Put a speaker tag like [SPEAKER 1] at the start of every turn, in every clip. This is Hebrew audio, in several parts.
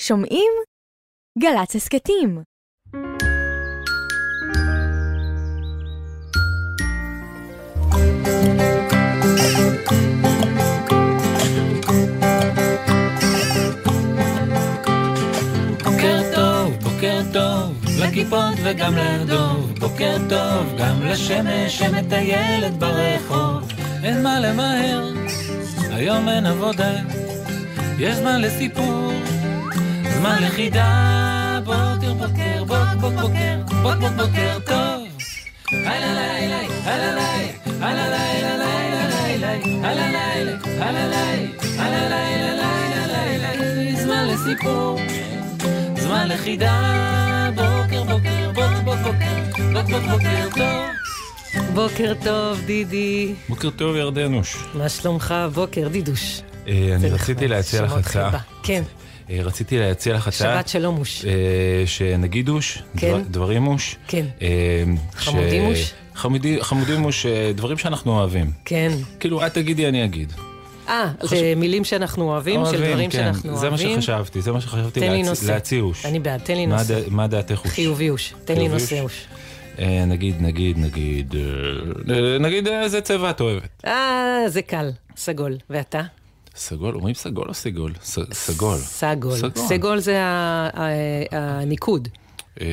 [SPEAKER 1] שומעים? גל"צ הסכתים.
[SPEAKER 2] בוקר טוב, בוקר טוב, לכיפות וגם לדוב. בוקר טוב, גם לשמש שמטיילת ברחוב. אין מה למהר, היום אין עבודה. יש זמן לסיפור, זמן לחידה. בוקר, בוקר, בוק, בוק, בוקר, בוק, בוק, בוקר טוב. הלא לילה, הלא לילה, הלא לילה, לילה, לילה, הלא לילה, הלא לילה, הלא לילה, לילה, לילה, זמן לסיפור. זמן לחידה, בוקר בוקר, בוק בוק בוקר, בוק בוק בוקר טוב.
[SPEAKER 3] בוקר טוב, דידי.
[SPEAKER 4] בוקר טוב ירדנוש.
[SPEAKER 3] מה שלומך? בוקר, דידוש.
[SPEAKER 4] אה, אני
[SPEAKER 3] זה
[SPEAKER 4] רציתי
[SPEAKER 3] נחמד,
[SPEAKER 4] להציע לך
[SPEAKER 3] שמות
[SPEAKER 4] הצעה.
[SPEAKER 3] חיבה. כן,
[SPEAKER 4] אה, רציתי להציע לך הצעה.
[SPEAKER 3] שבת של הומוש.
[SPEAKER 4] אה, שנגידוש,
[SPEAKER 3] כן.
[SPEAKER 4] דבר- דברימוש.
[SPEAKER 3] כן.
[SPEAKER 4] אה, ש-
[SPEAKER 3] חמודימוש?
[SPEAKER 4] חמודי- חמודימוש, אה, דברים שאנחנו אוהבים.
[SPEAKER 3] כן.
[SPEAKER 4] כאילו, את תגידי, אני אגיד.
[SPEAKER 3] אה, זה מילים שאנחנו אוהבים, של דברים
[SPEAKER 4] כן.
[SPEAKER 3] שאנחנו
[SPEAKER 4] זה
[SPEAKER 3] אוהבים.
[SPEAKER 4] מה שחשבתי, זה מה שחשבתי
[SPEAKER 3] תן לי
[SPEAKER 4] להצ-
[SPEAKER 3] נושא.
[SPEAKER 4] להציעוש.
[SPEAKER 3] אני בעד, תן לי
[SPEAKER 4] מה
[SPEAKER 3] נושא.
[SPEAKER 4] דע- מה דעתך הוא?
[SPEAKER 3] חיוביוש. תן לי
[SPEAKER 4] חיוביוש?
[SPEAKER 3] נושא אוש.
[SPEAKER 4] אה, נגיד, נגיד, נגיד, אה, אה, נגיד אה, איזה צבע את אוהבת.
[SPEAKER 3] אה, זה קל. סגול. ואתה?
[SPEAKER 4] סגול, אומרים סגול או סגול? ס- סגול.
[SPEAKER 3] סגול.
[SPEAKER 4] סגול.
[SPEAKER 3] סגול זה ה- ה- הניקוד.
[SPEAKER 4] אה,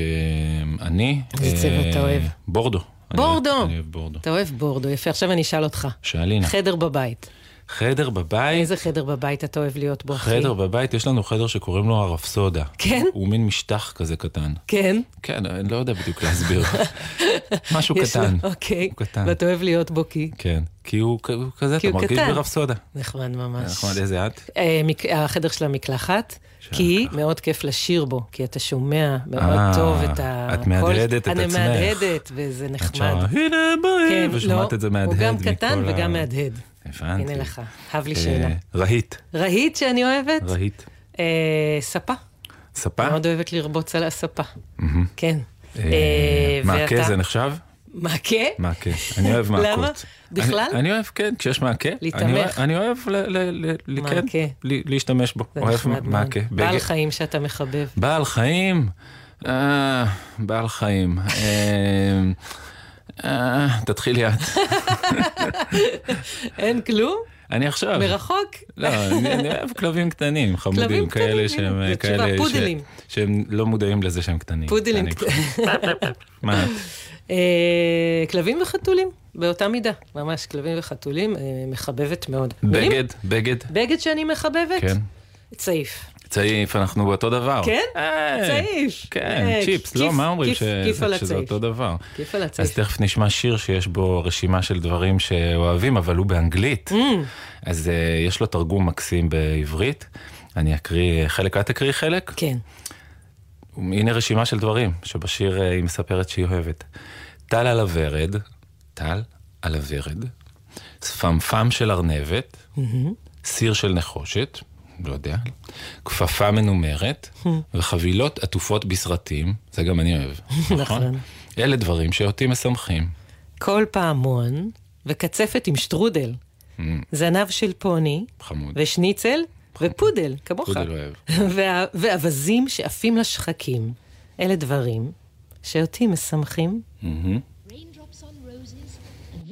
[SPEAKER 4] אני...
[SPEAKER 3] איזה צבע
[SPEAKER 4] אה,
[SPEAKER 3] אתה אוהב?
[SPEAKER 4] בורדו. אני
[SPEAKER 3] בורדו!
[SPEAKER 4] אוהב- אני אוהב בורדו.
[SPEAKER 3] אתה אוהב בורדו, יפה. עכשיו אני אשאל אותך.
[SPEAKER 4] שאלינה.
[SPEAKER 3] חדר בבית.
[SPEAKER 4] חדר בבית,
[SPEAKER 3] איזה חדר בבית אתה אוהב להיות בו, אחי?
[SPEAKER 4] חדר בבית, יש לנו חדר שקוראים לו הרפסודה.
[SPEAKER 3] כן?
[SPEAKER 4] הוא מין משטח כזה קטן.
[SPEAKER 3] כן?
[SPEAKER 4] כן, אני לא יודע בדיוק להסביר. משהו
[SPEAKER 3] יש לו-
[SPEAKER 4] קטן.
[SPEAKER 3] אוקיי.
[SPEAKER 4] הוא קטן.
[SPEAKER 3] ואתה אוהב להיות בו כי?
[SPEAKER 4] כן, כי הוא כ- הוא כזה,
[SPEAKER 3] כי
[SPEAKER 4] אתה
[SPEAKER 3] הוא
[SPEAKER 4] מרגיש
[SPEAKER 3] קטן.
[SPEAKER 4] ברפסודה.
[SPEAKER 3] נחמד ממש.
[SPEAKER 4] נחמד, איזה את?
[SPEAKER 3] אה, מק- החדר של המקלחת, כי מאוד כיף לשיר בו, כי אתה שומע מאוד
[SPEAKER 4] אה,
[SPEAKER 3] טוב את ה...
[SPEAKER 4] את מהדהדת את
[SPEAKER 3] אני
[SPEAKER 4] עצמך.
[SPEAKER 3] מהדהדת, וזה
[SPEAKER 4] את שרה,
[SPEAKER 3] נחמד.
[SPEAKER 4] הנה בעיה, ושומעת
[SPEAKER 3] לא,
[SPEAKER 4] את זה מהדהד.
[SPEAKER 3] הוא גם
[SPEAKER 4] מכל
[SPEAKER 3] קטן
[SPEAKER 4] ה-
[SPEAKER 3] וגם מהדהד.
[SPEAKER 4] הבנתי.
[SPEAKER 3] הנה לך, אהב לי
[SPEAKER 4] אה,
[SPEAKER 3] שאלה.
[SPEAKER 4] רהיט,
[SPEAKER 3] רהיט שאני אוהבת?
[SPEAKER 4] רהיט.
[SPEAKER 3] אה, ספה.
[SPEAKER 4] ספה?
[SPEAKER 3] מאוד אוהבת לרבוץ על הספה. כן.
[SPEAKER 4] אה,
[SPEAKER 3] אה,
[SPEAKER 4] מעקה
[SPEAKER 3] ואתה?
[SPEAKER 4] זה נחשב?
[SPEAKER 3] מעקה?
[SPEAKER 4] מעקה, אני אוהב
[SPEAKER 3] למה?
[SPEAKER 4] מעקות.
[SPEAKER 3] בכלל?
[SPEAKER 4] אני, אני אוהב, כן, כשיש מעקה.
[SPEAKER 3] להתעמך.
[SPEAKER 4] אני אוהב- אני אוהב ל, ל, ל, ל, כן,
[SPEAKER 3] מעקה.
[SPEAKER 4] ל, להשתמש בו.
[SPEAKER 3] זה
[SPEAKER 4] אוהב
[SPEAKER 3] נחמד מאוד.
[SPEAKER 4] מעקה.
[SPEAKER 3] בעל
[SPEAKER 4] בגד-
[SPEAKER 3] חיים שאתה מחבב.
[SPEAKER 4] בעל חיים? אה, בעל חיים. אה, אה, תתחילי את.
[SPEAKER 3] אין כלום?
[SPEAKER 4] אני עכשיו.
[SPEAKER 3] מרחוק?
[SPEAKER 4] לא, אני, אני אוהב כלבים קטנים, חמודים,
[SPEAKER 3] כלבים קטנים,
[SPEAKER 4] כאלה שהם,
[SPEAKER 3] הנה, זו תשובה,
[SPEAKER 4] כאלה ש-
[SPEAKER 3] פודלים.
[SPEAKER 4] שהם לא מודעים לזה שהם קטנים.
[SPEAKER 3] פודלים
[SPEAKER 4] אני-
[SPEAKER 3] קטנים.
[SPEAKER 4] מה? את?
[SPEAKER 3] אה, כלבים וחתולים, באותה מידה. ממש, כלבים וחתולים, אה, מחבבת מאוד. מילים?
[SPEAKER 4] בגד, בגד,
[SPEAKER 3] בגד שאני מחבבת?
[SPEAKER 4] כן.
[SPEAKER 3] צעיף.
[SPEAKER 4] צעיף, אנחנו באותו דבר.
[SPEAKER 3] כן?
[SPEAKER 4] אה,
[SPEAKER 3] צעיף.
[SPEAKER 4] כן,
[SPEAKER 3] אה,
[SPEAKER 4] צ'יפס,
[SPEAKER 3] כיף-
[SPEAKER 4] לא, מה אומרים
[SPEAKER 3] כיף-
[SPEAKER 4] ש-
[SPEAKER 3] כיף על
[SPEAKER 4] שזה
[SPEAKER 3] הצעיף.
[SPEAKER 4] אותו דבר?
[SPEAKER 3] כיף על הצעיף.
[SPEAKER 4] אז תכף נשמע שיר שיש בו רשימה של דברים שאוהבים, אבל הוא באנגלית.
[SPEAKER 3] Mm.
[SPEAKER 4] אז אה, יש לו תרגום מקסים בעברית. אני אקריא חלק, את תקריא חלק?
[SPEAKER 3] כן.
[SPEAKER 4] הנה רשימה של דברים שבשיר אה, היא מספרת שהיא אוהבת. טל על הוורד, טל על הוורד, שפמפם של ארנבת, סיר של נחושת, לא יודע, כפפה מנומרת, וחבילות עטופות בסרטים, זה גם אני אוהב, נכון?
[SPEAKER 3] נכון.
[SPEAKER 4] אלה דברים שאותי משמחים.
[SPEAKER 3] כל פעמון, וקצפת עם שטרודל. זנב של פוני,
[SPEAKER 4] Mm. חמוד.
[SPEAKER 3] ושניצל, ופודל, כמוך.
[SPEAKER 4] פודל לא אוהב.
[SPEAKER 3] וה- ואווזים שעפים לשחקים. אלה דברים שאותי משמחים.
[SPEAKER 5] Raindrops on roses and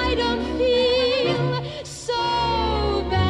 [SPEAKER 5] I don't feel so bad.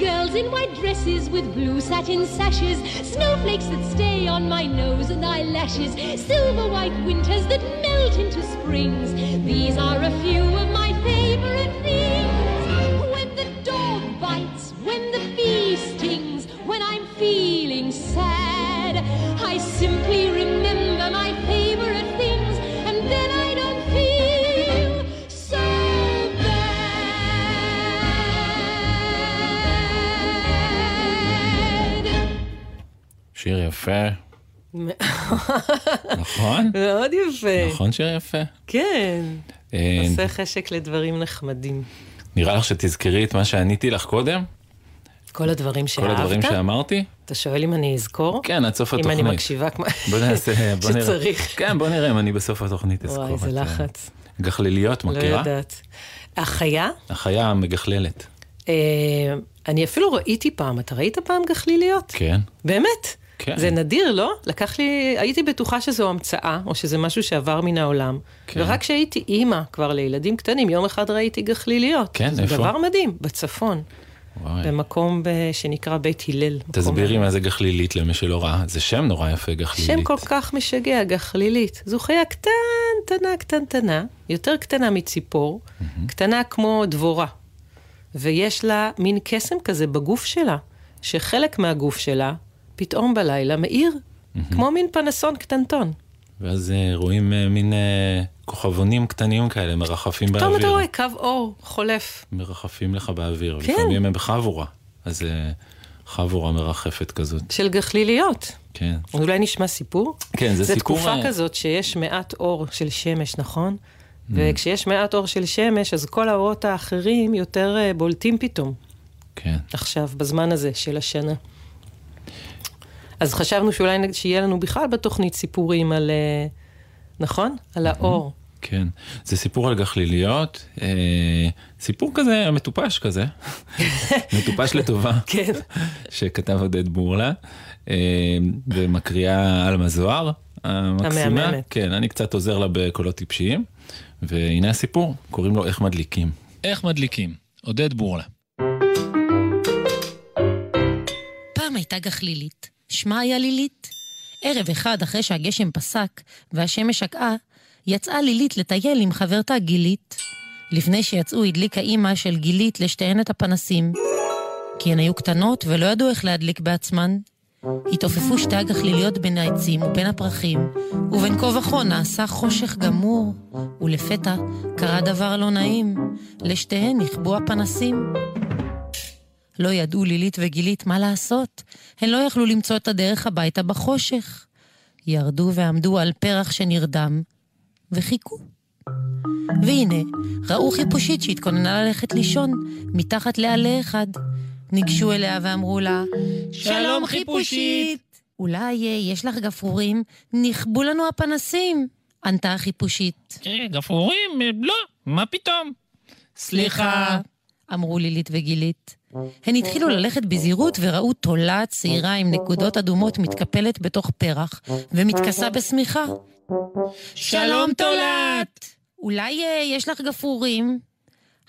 [SPEAKER 5] Girls in white dresses with blue satin sashes, snowflakes that stay on my nose and eyelashes, silver white winters that melt into springs. These are a few of my favorite things. When the dog bites, when the bee stings, when I'm feeling sad, I simply remember my favorite things and then I don't feel so bad.
[SPEAKER 4] שיר יפה, נכון?
[SPEAKER 3] מאוד יפה.
[SPEAKER 4] נכון שיר יפה?
[SPEAKER 3] כן.
[SPEAKER 4] אה,
[SPEAKER 3] עושה חשק לדברים נחמדים.
[SPEAKER 4] נראה לך שתזכרי את מה שעניתי לך קודם?
[SPEAKER 3] כל הדברים שאהבת?
[SPEAKER 4] כל הדברים שאמרתי?
[SPEAKER 3] אתה שואל אם אני אזכור?
[SPEAKER 4] כן, עד סוף
[SPEAKER 3] אם
[SPEAKER 4] התוכנית.
[SPEAKER 3] אני מקשיבה כמו...
[SPEAKER 4] בוא נעשה, בוא נראה.
[SPEAKER 3] שצריך.
[SPEAKER 4] כן, בוא נראה אם אני בסוף התוכנית אזכור.
[SPEAKER 3] וואי,
[SPEAKER 4] את
[SPEAKER 3] איזה
[SPEAKER 4] זה.
[SPEAKER 3] לחץ.
[SPEAKER 4] גחליליות,
[SPEAKER 3] לא
[SPEAKER 4] מכירה?
[SPEAKER 3] יודעת. החיה?
[SPEAKER 4] החיה המגחללת.
[SPEAKER 3] אה, אני אפילו ראיתי פעם, אתה ראית פעם גחליליות?
[SPEAKER 4] כן.
[SPEAKER 3] באמת?
[SPEAKER 4] כן.
[SPEAKER 3] זה נדיר, לא? לקח לי, הייתי בטוחה שזו המצאה, או שזה משהו שעבר מן העולם.
[SPEAKER 4] כן.
[SPEAKER 3] ורק כשהייתי אימא כבר לילדים קטנים, יום אחד ראיתי גחליליות.
[SPEAKER 4] כן,
[SPEAKER 3] זה
[SPEAKER 4] איפה? אה.
[SPEAKER 3] דבר מדהים, בצפון,
[SPEAKER 4] וואי.
[SPEAKER 3] במקום ב... שנקרא בית הלל. מקום-
[SPEAKER 4] תסבירי מה זה גחלילית למי שלא ראה. זה שם נורא יפה, גחלילית.
[SPEAKER 3] שם כל כך משגע, גחלילית. זו חיה קטנטנה, קטנטנה, יותר קטנה מציפור, קטנה כמו דבורה. ויש לה מין קסם כזה בגוף שלה, שחלק מהגוף שלה פתאום בלילה מאיר, כמו מין פנסון קטנטון.
[SPEAKER 4] ואז אה, רואים אה, מין אה, כוכבונים קטנים כאלה מרחפים באוויר.
[SPEAKER 3] פתאום אתה רואה קו אור חולף.
[SPEAKER 4] מרחפים לך באוויר.
[SPEAKER 3] כן.
[SPEAKER 4] לפעמים הם בחבורה. אז אה, חבורה מרחפת כזאת.
[SPEAKER 3] של גחליליות.
[SPEAKER 4] כן.
[SPEAKER 3] אולי נשמע סיפור?
[SPEAKER 4] כן, זה סיפור,
[SPEAKER 3] זו
[SPEAKER 4] אה,
[SPEAKER 3] תקופה כזאת שיש מעט אור של שמש, נכון? וכשיש מעט אור של שמש, אז כל האורות האחרים יותר אה, בולטים פתאום.
[SPEAKER 4] כן.
[SPEAKER 3] עכשיו, בזמן הזה של השנה. אז חשבנו שאולי נ- שיהיה לנו בכלל בתוכנית סיפורים על, אה, נכון? על האור.
[SPEAKER 4] כן, זה סיפור על גחליליות, אה, סיפור כזה מטופש כזה, מטופש לטובה,
[SPEAKER 3] כן.
[SPEAKER 4] שכתב עודד בורלה, אה, ומקריאה עלמה זוהר, המקסימה,
[SPEAKER 3] המהממת.
[SPEAKER 4] כן, אני קצת עוזר לה בקולות טיפשיים, והנה הסיפור, קוראים לו איך מדליקים. איך מדליקים, עודד בורלה.
[SPEAKER 6] פעם הייתה גחלילית, שמה היה לילית. ערב אחד אחרי שהגשם פסק והשמש שקעה, יצאה לילית לטייל עם חברתה גילית. לפני שיצאו הדליקה אימא של גילית לשתיהן את הפנסים. כי הן היו קטנות ולא ידעו איך להדליק בעצמן. התעופפו שתי הגחליליות בין העצים ובין הפרחים, ובין כה וכה נעשה חושך גמור, ולפתע קרה דבר לא נעים, לשתיהן נכבו הפנסים. לא ידעו לילית וגילית מה לעשות. הן לא יכלו למצוא את הדרך הביתה בחושך. ירדו ועמדו על פרח שנרדם, וחיכו. והנה, ראו חיפושית שהתכוננה ללכת לישון, מתחת לעלה אחד. ניגשו אליה ואמרו לה, שלום חיפושית! אולי אה, יש לך גפרורים? נכבו לנו הפנסים! ענתה החיפושית.
[SPEAKER 4] "אה, גפרורים? לא, מה פתאום?
[SPEAKER 6] סליחה, אמרו לילית וגילית. הן התחילו ללכת בזהירות וראו תולה צעירה עם נקודות אדומות מתקפלת בתוך פרח ומתכסה בשמיכה. שלום תולעת! אולי אה, יש לך גפרורים?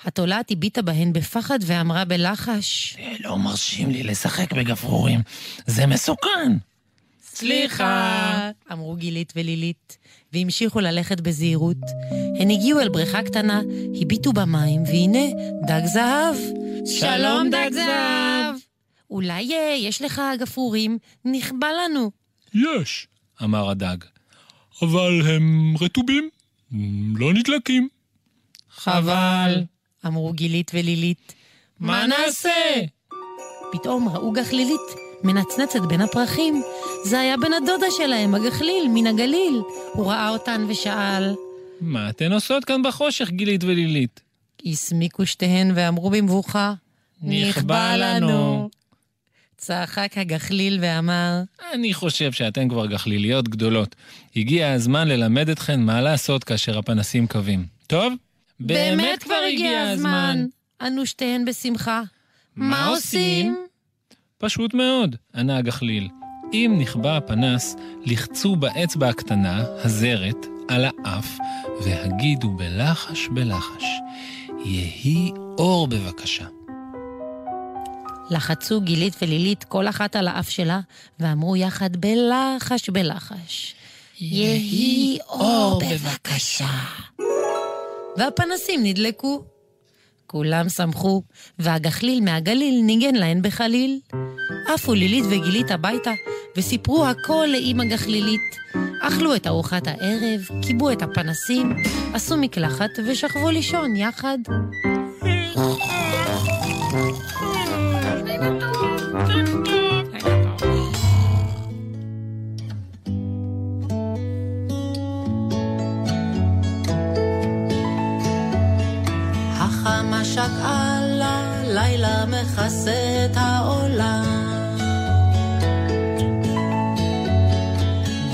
[SPEAKER 6] התולעת הביטה בהן בפחד ואמרה בלחש.
[SPEAKER 4] לא מרשים לי לשחק בגפרורים, זה מסוכן.
[SPEAKER 6] סליחה, אמרו גילית ולילית, והמשיכו ללכת בזהירות. הן הגיעו אל בריכה קטנה, הביטו במים, והנה, דג זהב. שלום, דג זהב! אולי אה, יש לך גפרורים, נכבה לנו.
[SPEAKER 4] יש, אמר הדג.
[SPEAKER 7] אבל הם רטובים, לא נדלקים.
[SPEAKER 6] חבל, אמרו גילית ולילית. מה נעשה? פתאום ראו גחלילית מנצנצת בין הפרחים. זה היה בן הדודה שלהם, הגחליל, מן הגליל. הוא ראה אותן ושאל.
[SPEAKER 7] מה אתן עושות כאן בחושך, גילית ולילית?
[SPEAKER 6] הסמיקו שתיהן ואמרו במבוכה,
[SPEAKER 7] נכבה לנו.
[SPEAKER 6] צחק הגחליל ואמר,
[SPEAKER 4] אני חושב שאתן כבר גחליליות גדולות. הגיע הזמן ללמד אתכן מה לעשות כאשר הפנסים קווים. טוב?
[SPEAKER 6] אנו שתיהן בשמחה.
[SPEAKER 4] מה עושים? פשוט מאוד, ענה הגחליל. אם נכבה הפנס, לחצו באצבע הקטנה, הזרת, על האף, והגידו בלחש בלחש, יהי אור בבקשה.
[SPEAKER 6] לחצו גילית ולילית כל אחת על האף שלה, ואמרו יחד בלחש בלחש. יהי אור בבקשה. והפנסים נדלקו. כולם שמחו, והגחליל מהגליל ניגן להן בחליל. עפו לילית וגילית הביתה, וסיפרו הכל לאימא גחלילית. אכלו את ארוחת הערב, כיבו את הפנסים, עשו מקלחת ושכבו לישון יחד.
[SPEAKER 7] החמה שקעה לה, לילה מכסה את העולם.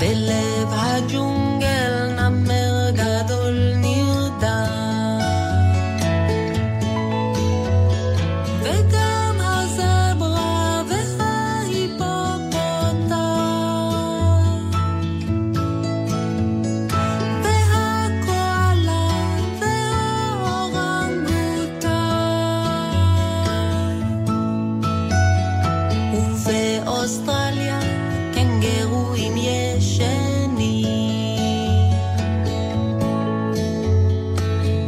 [SPEAKER 7] בלב הג'ונגל נמר גדול נרדם. וגם הזברה וההיפופוטם. והקואלה והאורנגוטן. ובאוסטרליה קנגרואים ישנים.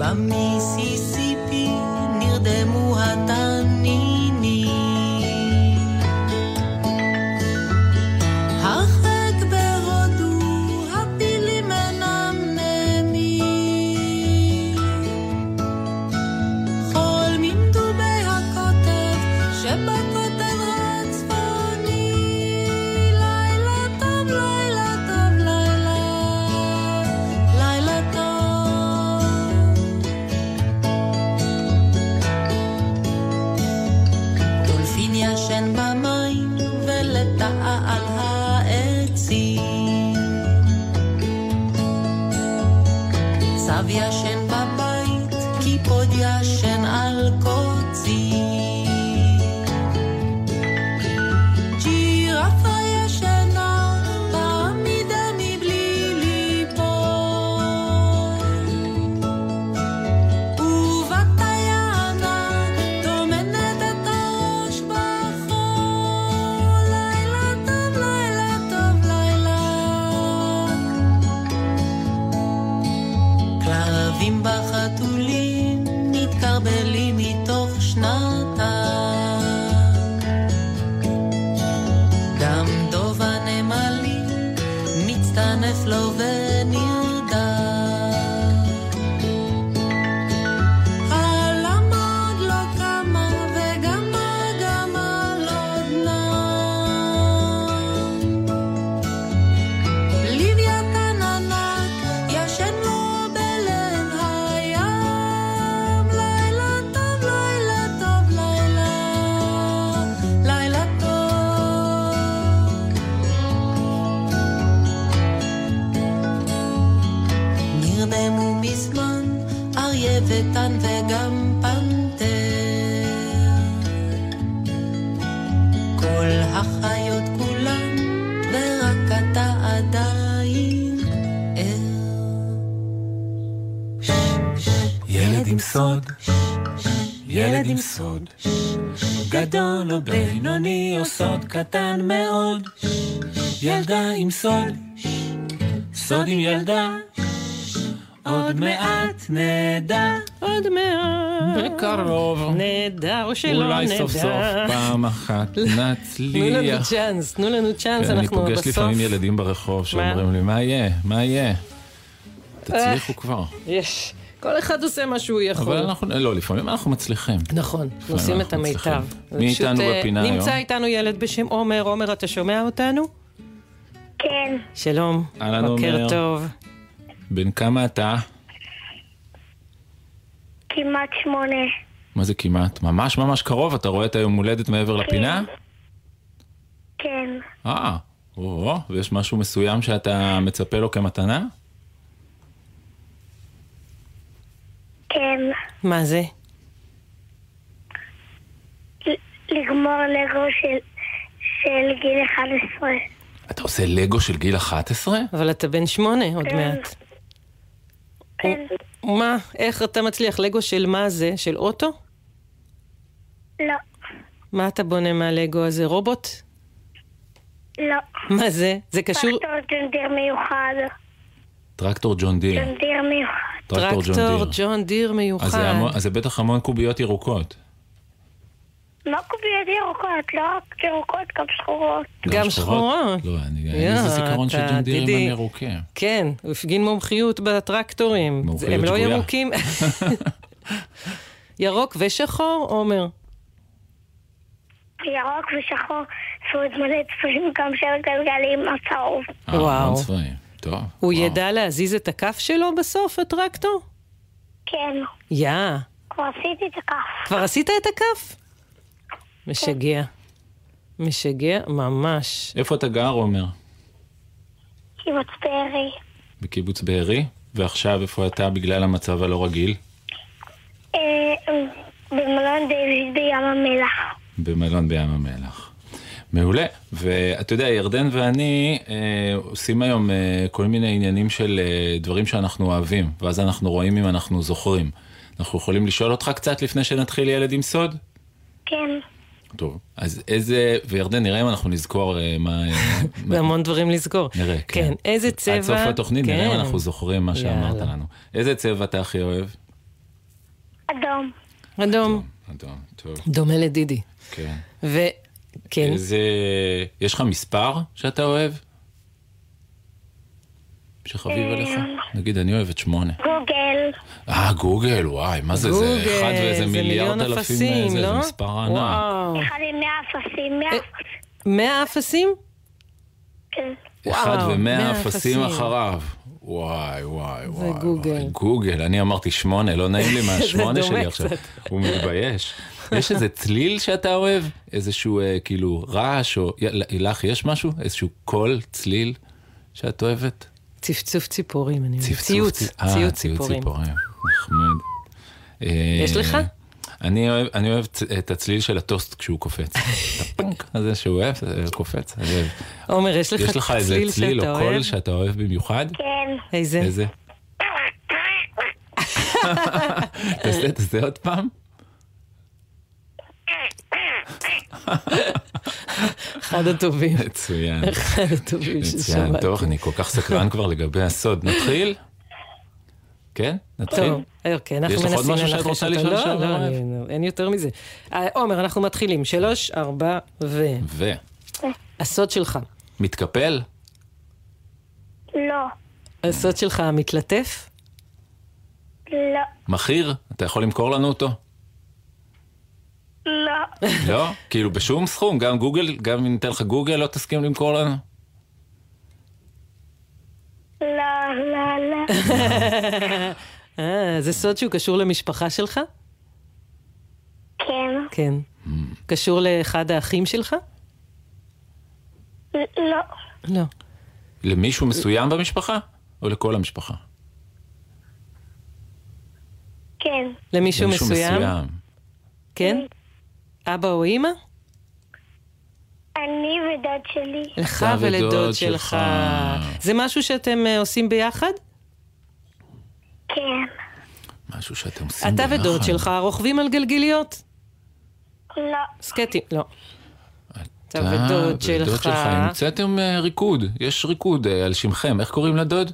[SPEAKER 7] במיסיסיפי נרדמו התנינים. הרחק בהודו הפילים אינם נעימים. חול ממדובי הקוטב שבקוטב הצפוני. לילה טוב, לילה טוב, לילה, לילה טוב. דולפין ישן במים ולטאה על העצים. צב ישן בבית כי עוד ישן על קוצי. ג'ירפה ישנה בעמידה מבלי ליפול. ובתיינה טומנת את הראש בחול. לילה טוב, לילה טוב, לילה. כלבים בחתולים מתקרבלים מתוך שנתם. גם דוב הנמלים מצטנף לו ונרדם. הלמד לא קמה וגם הגמל עוד נם. לוויתן ענק ישן לו בלב הים. לילה טוב, לילה טוב, לילה, לילה טוב. נרדמו מזמן אריה ותן וגם פנתר. כל החיות כולן, ורק אתה עדיין
[SPEAKER 6] er
[SPEAKER 7] ער.
[SPEAKER 2] ילד עם סוד, ילד עם סוד, גדול או בינוני או סוד קטן מאוד, ילדה עם סוד, סוד עם ילדה, עוד מעט נדע.
[SPEAKER 3] עוד מעט.
[SPEAKER 2] בקרוב.
[SPEAKER 3] נדע, או שלא לא נדע.
[SPEAKER 2] אולי סוף סוף פעם אחת
[SPEAKER 3] תנו לנו
[SPEAKER 2] נצליח.
[SPEAKER 3] צ'אנס, תנו לנו צ'אנס,
[SPEAKER 2] כן, אני
[SPEAKER 3] אנחנו
[SPEAKER 2] פוגש
[SPEAKER 3] בסוף.
[SPEAKER 2] לפעמים ילדים ברחוב שאומרים לי, מה יהיה? מה יהיה? תצליחו
[SPEAKER 3] אה,
[SPEAKER 2] כבר.
[SPEAKER 3] יש. כל אחד עושה מה שהוא יכול.
[SPEAKER 2] אבל אנחנו, לא, לפעמים אנחנו מצליחים.
[SPEAKER 3] נכון, עושים את
[SPEAKER 2] אנחנו
[SPEAKER 3] המיטב.
[SPEAKER 2] צריכים.
[SPEAKER 3] זה
[SPEAKER 2] מי
[SPEAKER 3] פשוט,
[SPEAKER 2] איתנו
[SPEAKER 3] אה,
[SPEAKER 2] בפינה היום?
[SPEAKER 3] נמצא איתנו ילד בשם עומר. עומר, אתה שומע אותנו?
[SPEAKER 8] כן,
[SPEAKER 3] שלום.
[SPEAKER 2] אהלן, עומר.
[SPEAKER 3] בוקר טוב.
[SPEAKER 2] בן כמה אתה?
[SPEAKER 8] כמעט שמונה.
[SPEAKER 2] מה זה כמעט? ממש ממש קרוב, אתה רואה את היום הולדת מעבר לפינה?
[SPEAKER 8] כן,
[SPEAKER 4] אה, או, ויש משהו מסוים שאתה מצפה לו כמתנה?
[SPEAKER 8] כן,
[SPEAKER 3] מה זה?
[SPEAKER 8] ל- לגמור לגו של, של גיל 11.
[SPEAKER 4] אתה עושה לגו של גיל 11?
[SPEAKER 3] אבל אתה בן שמונה עוד
[SPEAKER 8] כן.
[SPEAKER 3] מעט.
[SPEAKER 8] כן,
[SPEAKER 3] מה? איך אתה מצליח? לגו של מה זה? של אוטו?
[SPEAKER 8] לא,
[SPEAKER 3] מה אתה בונה מהלגו הזה? רובוט?
[SPEAKER 8] לא.
[SPEAKER 3] מה זה? זה קשור...
[SPEAKER 8] טרקטור ג'ונדיר מיוחד.
[SPEAKER 4] טרקטור ג'ון דיר.
[SPEAKER 8] ג'ונדיר מיוחד.
[SPEAKER 4] טרקטור ג'ון
[SPEAKER 3] טרקטור
[SPEAKER 4] דיר.
[SPEAKER 3] ג'ון דיר
[SPEAKER 4] אז זה
[SPEAKER 3] מיוחד.
[SPEAKER 4] המון- אז זה בטח המון קוביות ירוקות.
[SPEAKER 8] מה קוביות לא ירוקות? לא רק ירוקות, גם שחורות.
[SPEAKER 3] גם שחורות.
[SPEAKER 4] לא, אני- אין
[SPEAKER 3] יא,
[SPEAKER 4] לי איזה זיכרון של
[SPEAKER 3] אתה
[SPEAKER 4] ג'ון דיר
[SPEAKER 3] עתידי.
[SPEAKER 4] עם ירוקים.
[SPEAKER 3] כן, הוא הפגין מומחיות בטרקטורים.
[SPEAKER 4] מומחיות
[SPEAKER 3] זה- הם לא
[SPEAKER 4] שגויה.
[SPEAKER 3] ירוקים. ירוק ושחור, עומר.
[SPEAKER 8] ירוק ושחור, ועוד מלא צבעים, גם של גלגלים הצהוב.
[SPEAKER 4] אה,
[SPEAKER 3] וואו.
[SPEAKER 4] המון צבעים. טוב.
[SPEAKER 3] הוא
[SPEAKER 4] וואו.
[SPEAKER 3] ידע להזיז את הכף שלו בסוף, הטרקטור?
[SPEAKER 8] כן,
[SPEAKER 3] יא,
[SPEAKER 8] כבר עשיתי את הכף.
[SPEAKER 3] כבר עשית את הכף? משגע. משגע ממש.
[SPEAKER 4] איפה אתה גר, עומר?
[SPEAKER 8] קיבוץ בארי.
[SPEAKER 4] בקיבוץ בארי? ועכשיו איפה אתה בגלל המצב הלא רגיל?
[SPEAKER 8] אה, במלון דיוויד בים המלח.
[SPEAKER 4] במלון בים המלח. מעולה, ואתה יודע, ירדן ואני אה, עושים היום אה, כל מיני עניינים של אה, דברים שאנחנו אוהבים, ואז אנחנו רואים אם אנחנו זוכרים. אנחנו יכולים לשאול אותך קצת לפני שנתחיל ילד עם סוד?
[SPEAKER 8] כן,
[SPEAKER 4] טוב. אז איזה, וירדן, נראה אם אנחנו נזכור אה, מה... אה, מה-
[SPEAKER 3] זה המון דברים לזכור.
[SPEAKER 4] נראה, כן.
[SPEAKER 3] כן, איזה צבע...
[SPEAKER 4] עד סוף התוכנית נראה אם
[SPEAKER 3] כן.
[SPEAKER 4] אנחנו זוכרים מה שאמרת
[SPEAKER 3] יאללה.
[SPEAKER 4] לנו. איזה צבע אתה הכי אוהב?
[SPEAKER 8] אדום.
[SPEAKER 3] אדום.
[SPEAKER 4] כן. אדום, אה, טוב,
[SPEAKER 3] דומה לדידי. כן.
[SPEAKER 4] כן.
[SPEAKER 3] וכן,
[SPEAKER 4] איזה... יש לך מספר שאתה אוהב? שחביב עליך? נגיד, אני אוהב את שמונה.
[SPEAKER 8] גוגל,
[SPEAKER 4] אה, גוגל, וואי, מה זה? זה אחד
[SPEAKER 3] גוגל,
[SPEAKER 4] ואיזה
[SPEAKER 3] אה, זה מיליון
[SPEAKER 4] מיליארד אלפים, אה,
[SPEAKER 3] אפסים,
[SPEAKER 4] זה, זה
[SPEAKER 3] לא?
[SPEAKER 4] מספר ענק.
[SPEAKER 3] וואו.
[SPEAKER 8] אחד עם מאה אפסים, מאה
[SPEAKER 3] אה. מאה אפסים?
[SPEAKER 8] כן.
[SPEAKER 4] אחד
[SPEAKER 3] וואו, מאה
[SPEAKER 4] ומאה אפסים
[SPEAKER 3] אפסים.
[SPEAKER 4] אחריו. וואי, וואי, וואי. וואי.
[SPEAKER 3] גוגל.
[SPEAKER 4] גוגל, אני אמרתי שמונה, לא נעים לי מהשמונה
[SPEAKER 3] דומה
[SPEAKER 4] שלי עכשיו.
[SPEAKER 3] קצת.
[SPEAKER 4] הוא מתבייש. יש איזה צליל שאתה אוהב? איזשהו אה, כאילו רעש, או... י- לך יש משהו? איזשהו קול, צליל, שאת אוהבת?
[SPEAKER 3] צפצוף ציפורים, אני אומרת.
[SPEAKER 4] צפצוף,
[SPEAKER 3] ציוץ,
[SPEAKER 4] צי- אה,
[SPEAKER 3] ציוץ ציפורים.
[SPEAKER 4] נחמד. אה,
[SPEAKER 3] יש לך?
[SPEAKER 4] אני אוהב, אני אוהב צ- את הצליל של הטוסט כשהוא קופץ. הפונק הזה שהוא אוהב, זה קופץ. אני אוהב.
[SPEAKER 3] עומר, יש לך
[SPEAKER 4] יש לך איזה
[SPEAKER 3] צליל
[SPEAKER 4] צליל
[SPEAKER 3] שאתה
[SPEAKER 4] או קול
[SPEAKER 3] אוהב?
[SPEAKER 4] שאתה אוהב במיוחד?
[SPEAKER 8] כן,
[SPEAKER 3] איזה?
[SPEAKER 4] איזה? תעשה, תעשה עוד פעם.
[SPEAKER 3] אחד הטובים.
[SPEAKER 4] מצוין.
[SPEAKER 3] אחד הטובים
[SPEAKER 4] מצוין,
[SPEAKER 3] ששמעתי.
[SPEAKER 4] טוב, אני כל כך סקרן כבר לגבי הסוד. נתחיל? כן? נתחיל?
[SPEAKER 3] טוב, אוקיי, אנחנו
[SPEAKER 4] יש לך עוד
[SPEAKER 3] מנסים
[SPEAKER 4] משהו שאת
[SPEAKER 3] לנחש
[SPEAKER 4] רוצה
[SPEAKER 3] אותו.
[SPEAKER 4] לשאול
[SPEAKER 3] לא,
[SPEAKER 4] עכשיו,
[SPEAKER 3] לא,
[SPEAKER 4] אורן?
[SPEAKER 3] אני- אין יותר מזה. אה, עומר, אנחנו מתחילים. שלוש, ארבע, ו...
[SPEAKER 4] ו...
[SPEAKER 3] הסוד שלך.
[SPEAKER 4] מתקפל?
[SPEAKER 8] לא,
[SPEAKER 3] הסוד שלך מתלטף?
[SPEAKER 8] לא,
[SPEAKER 4] מכיר? אתה יכול למכור לנו אותו?
[SPEAKER 8] לא,
[SPEAKER 4] לא? כאילו בשום סכום, גם גוגל, גם אם ניתן לך גוגל, לא תסכים למכור לנו?
[SPEAKER 8] לא, לא, לא,
[SPEAKER 3] אה, זה סוד שהוא קשור למשפחה שלך?
[SPEAKER 8] כן,
[SPEAKER 3] כן. קשור לאחד האחים שלך?
[SPEAKER 8] לא,
[SPEAKER 3] לא.
[SPEAKER 4] למישהו מסוים במשפחה? או לכל המשפחה?
[SPEAKER 8] כן,
[SPEAKER 3] למישהו
[SPEAKER 4] למישהו
[SPEAKER 3] מסוים? כן? אבא או אימא?
[SPEAKER 8] אני ודוד שלי,
[SPEAKER 3] לך
[SPEAKER 4] אתה
[SPEAKER 3] ולדוד
[SPEAKER 4] ודוד
[SPEAKER 3] שלך.
[SPEAKER 4] שלך.
[SPEAKER 3] זה משהו שאתם אה, עושים ביחד?
[SPEAKER 8] כן,
[SPEAKER 4] משהו שאתם עושים
[SPEAKER 3] אתה
[SPEAKER 4] ביחד.
[SPEAKER 3] ודוד שלך רוכבים על גלגיליות?
[SPEAKER 8] לא,
[SPEAKER 3] סקטים, לא. אתה
[SPEAKER 4] ודוד
[SPEAKER 3] ודוד
[SPEAKER 4] שלך.
[SPEAKER 3] שלך.
[SPEAKER 4] המצאתם אה, ריקוד, יש ריקוד אה, על שמכם, איך קוראים לדוד?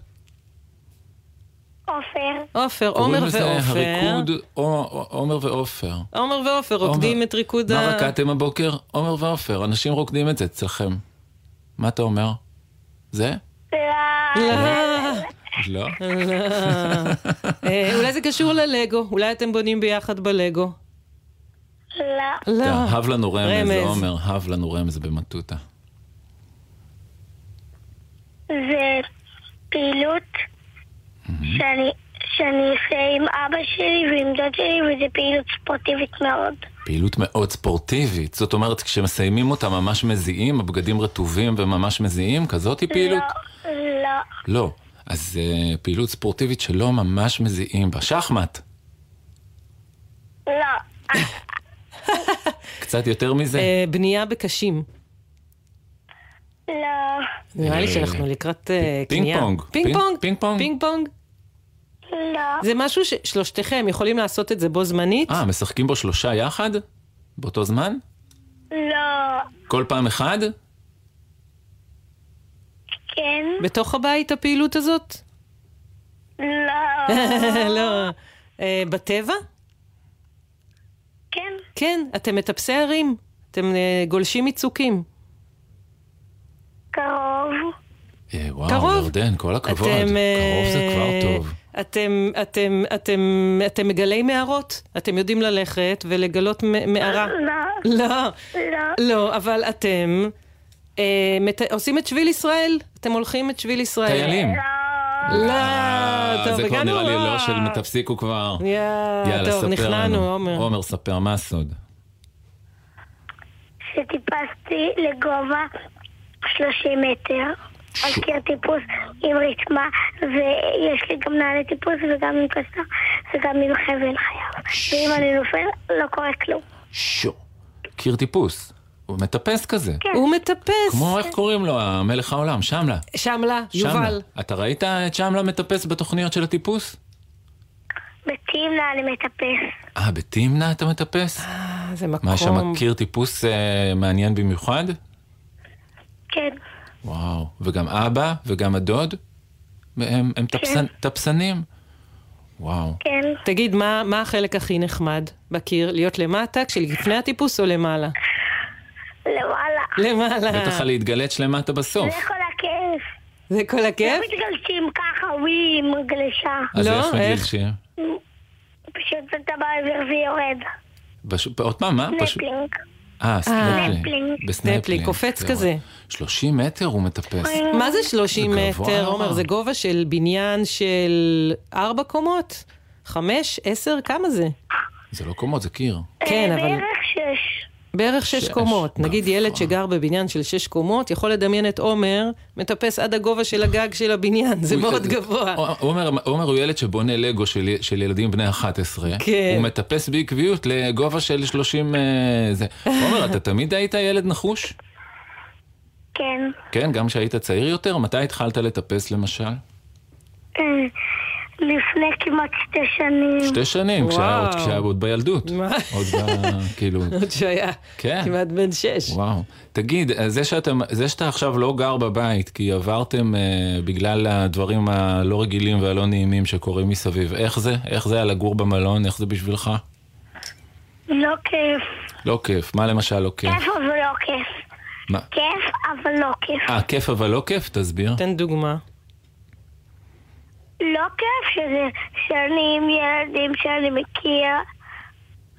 [SPEAKER 8] עופר,
[SPEAKER 3] עופר, עומר ועופר.
[SPEAKER 4] הריקוד או- או- עומר ועופר.
[SPEAKER 3] עומר ועופר רוקדים
[SPEAKER 4] עומר.
[SPEAKER 3] את ריקוד
[SPEAKER 4] מה
[SPEAKER 3] ה...
[SPEAKER 4] רקדתם הבוקר? עומר ועופר, אנשים רוקדים את זה אצלכם. מה אתה אומר? זה?
[SPEAKER 8] לא,
[SPEAKER 4] לא.
[SPEAKER 3] אה, אולי זה קשור ללגו, אולי אתם בונים ביחד בלגו.
[SPEAKER 8] לא,
[SPEAKER 3] לא.
[SPEAKER 4] כן, הב לנו רמז,
[SPEAKER 3] רמז.
[SPEAKER 4] עומר, הב לנו רמז במטותא.
[SPEAKER 8] זה פעילות שאני, שאני אחיה עם אבא שלי ועם דוד שלי, וזו פעילות ספורטיבית מאוד.
[SPEAKER 4] פעילות מאוד ספורטיבית. זאת אומרת, כשמסיימים אותה ממש מזיעים, הבגדים רטובים וממש מזיעים, כזאת היא פעילות?
[SPEAKER 8] לא, לא.
[SPEAKER 4] לא. אז אה, פעילות ספורטיבית שלא ממש מזיעים בה. שחמט,
[SPEAKER 8] לא.
[SPEAKER 4] קצת יותר מזה?
[SPEAKER 3] אה, בנייה בקשים.
[SPEAKER 8] לא.
[SPEAKER 3] נראה לי
[SPEAKER 4] אה,
[SPEAKER 3] שאנחנו לקראת אה,
[SPEAKER 4] פינג
[SPEAKER 3] קנייה.
[SPEAKER 4] פונג.
[SPEAKER 3] פינג
[SPEAKER 4] פינג-
[SPEAKER 3] פונג.
[SPEAKER 4] פינג פונג.
[SPEAKER 3] פינג פונג.
[SPEAKER 8] לא.
[SPEAKER 3] זה משהו ששלושתכם יכולים לעשות את זה בו זמנית.
[SPEAKER 4] אה, משחקים בו שלושה יחד? באותו זמן?
[SPEAKER 8] לא.
[SPEAKER 4] כל פעם אחד?
[SPEAKER 8] כן.
[SPEAKER 3] בתוך הבית הפעילות הזאת?
[SPEAKER 8] לא.
[SPEAKER 3] לא. אה, בטבע?
[SPEAKER 8] כן.
[SPEAKER 3] כן, אתם מטפסי הרים. אתם אה, גולשים מצוקים.
[SPEAKER 8] קרוב.
[SPEAKER 4] אה, וואו,
[SPEAKER 3] קרוב.
[SPEAKER 4] ירדן, כל הכבוד.
[SPEAKER 3] אתם... אה,
[SPEAKER 4] קרוב זה כבר טוב.
[SPEAKER 3] אתם, אתם, אתם, אתם מגלי מערות, אתם יודעים ללכת ולגלות מ- מערה.
[SPEAKER 8] לא.
[SPEAKER 3] לא,
[SPEAKER 8] לא.
[SPEAKER 3] לא, אבל אתם אה, מת... עושים את שביל ישראל, אתם הולכים את שביל ישראל.
[SPEAKER 4] טיילים.
[SPEAKER 3] לא,
[SPEAKER 4] אה,
[SPEAKER 3] טוב,
[SPEAKER 4] זה כבר
[SPEAKER 3] הגענו
[SPEAKER 4] נראה לי
[SPEAKER 3] רע.
[SPEAKER 4] לא של תפסיקו כבר.
[SPEAKER 3] יא,
[SPEAKER 4] יאללה,
[SPEAKER 3] טוב,
[SPEAKER 4] ספר
[SPEAKER 3] נכנענו,
[SPEAKER 4] לנו.
[SPEAKER 3] עומר.
[SPEAKER 4] עומר, ספר, מה הסוד?
[SPEAKER 8] שטיפסתי לגובה 30 מטר. על קיר טיפוס עם רתמה, ויש לי גם נעלי טיפוס וגם עם קסדה וגם עם חבל חייו. ואם אני נופל, לא קורה כלום.
[SPEAKER 4] שו. קיר טיפוס. הוא מטפס כזה.
[SPEAKER 3] הוא מטפס.
[SPEAKER 4] כמו איך קוראים לו, המלך העולם, שמלה.
[SPEAKER 3] שמלה,
[SPEAKER 4] שמלה.
[SPEAKER 3] יובל.
[SPEAKER 4] אתה ראית את שמלה מטפס בתוכניות של הטיפוס?
[SPEAKER 8] בטימנה אני מטפס.
[SPEAKER 4] אה, בתמנע אתה מטפס?
[SPEAKER 3] אה, זה מקום.
[SPEAKER 4] מה, שם קיר טיפוס אה, מעניין במיוחד?
[SPEAKER 8] כן.
[SPEAKER 4] וואו. וגם אבא וגם הדוד? הם, הם טפסנ, טפסנים? וואו.
[SPEAKER 8] כן,
[SPEAKER 3] תגיד, מה, מה החלק הכי נחמד בקיר? להיות למטה, כשלפני הטיפוס או למעלה?
[SPEAKER 8] למעלה.
[SPEAKER 3] למעלה.
[SPEAKER 4] בטח על להתגלץ' למטה בסוף.
[SPEAKER 8] זה כל הכיף.
[SPEAKER 3] זה כל הכיף?
[SPEAKER 8] לא מתגלשים ככה, וואי, מגלשה.
[SPEAKER 4] אז
[SPEAKER 3] לא,
[SPEAKER 4] איך
[SPEAKER 3] איך?
[SPEAKER 4] מגלשים?
[SPEAKER 8] פשוט אתה באוויר ויורד.
[SPEAKER 4] בש- עוד פעם, מה? לא, פשוט-
[SPEAKER 8] נפלינג.
[SPEAKER 4] אה,
[SPEAKER 8] סנפלינג.
[SPEAKER 4] סנפלינג.
[SPEAKER 3] סנפלינג, קופץ
[SPEAKER 4] זהו.
[SPEAKER 3] כזה.
[SPEAKER 4] 30 מטר הוא מטפס.
[SPEAKER 3] מה זה 30
[SPEAKER 4] זה גבוה
[SPEAKER 3] מטר,
[SPEAKER 4] נורא.
[SPEAKER 3] עומר? זה גובה של בניין של ארבע קומות? חמש? עשר? כמה זה?
[SPEAKER 4] זה לא קומות, זה קיר.
[SPEAKER 3] כן,
[SPEAKER 8] אה,
[SPEAKER 3] אבל
[SPEAKER 8] בערך שש.
[SPEAKER 3] בערך שש
[SPEAKER 4] שש, נכון.
[SPEAKER 3] קומות. נגיד
[SPEAKER 4] גבוה.
[SPEAKER 3] ילד שגר בבניין של שש קומות, יכול לדמיין את עומר מטפס עד הגובה של הגג של הבניין, זה
[SPEAKER 4] הוא-
[SPEAKER 3] מאוד
[SPEAKER 4] זה-
[SPEAKER 3] גבוה.
[SPEAKER 4] עומר עומר הוא ילד שבונה לגו של י- של ילדים בני 11.
[SPEAKER 3] כן.
[SPEAKER 4] הוא מטפס בעקביות לגובה של 30... אה, זה. עומר, אתה תמיד היית ילד נחוש?
[SPEAKER 8] כן.
[SPEAKER 4] כן, גם כשהיית צעיר יותר? מתי התחלת לטפס למשל?
[SPEAKER 8] אה, לפני כמעט שתי שנים.
[SPEAKER 4] שתי שנים, כשהיה עוד-
[SPEAKER 3] וואו.
[SPEAKER 4] כשהיה עוד בילדות.
[SPEAKER 3] מה?
[SPEAKER 4] עוד ב- כאילו...
[SPEAKER 3] עוד שהיה
[SPEAKER 4] כן.
[SPEAKER 3] כמעט בן שש.
[SPEAKER 4] וואו. תגיד, אז זה שאתה, זה שאתה עכשיו לא גר בבית, כי עברתם אה, בגלל הדברים הלא רגילים והלא נעימים שקורים מסביב, איך זה? איך זה לגור במלון? איך זה בשבילך?
[SPEAKER 8] לא כיף.
[SPEAKER 4] לא כיף. מה למשל לא כיף?
[SPEAKER 8] כיף אבל לא כיף.
[SPEAKER 4] מה?
[SPEAKER 8] כיף אבל לא כיף.
[SPEAKER 4] אה, כיף אבל לא כיף? תסביר.
[SPEAKER 3] תן דוגמה.
[SPEAKER 8] לא כיף שזה, שאני עם ילדים שאני מכיר,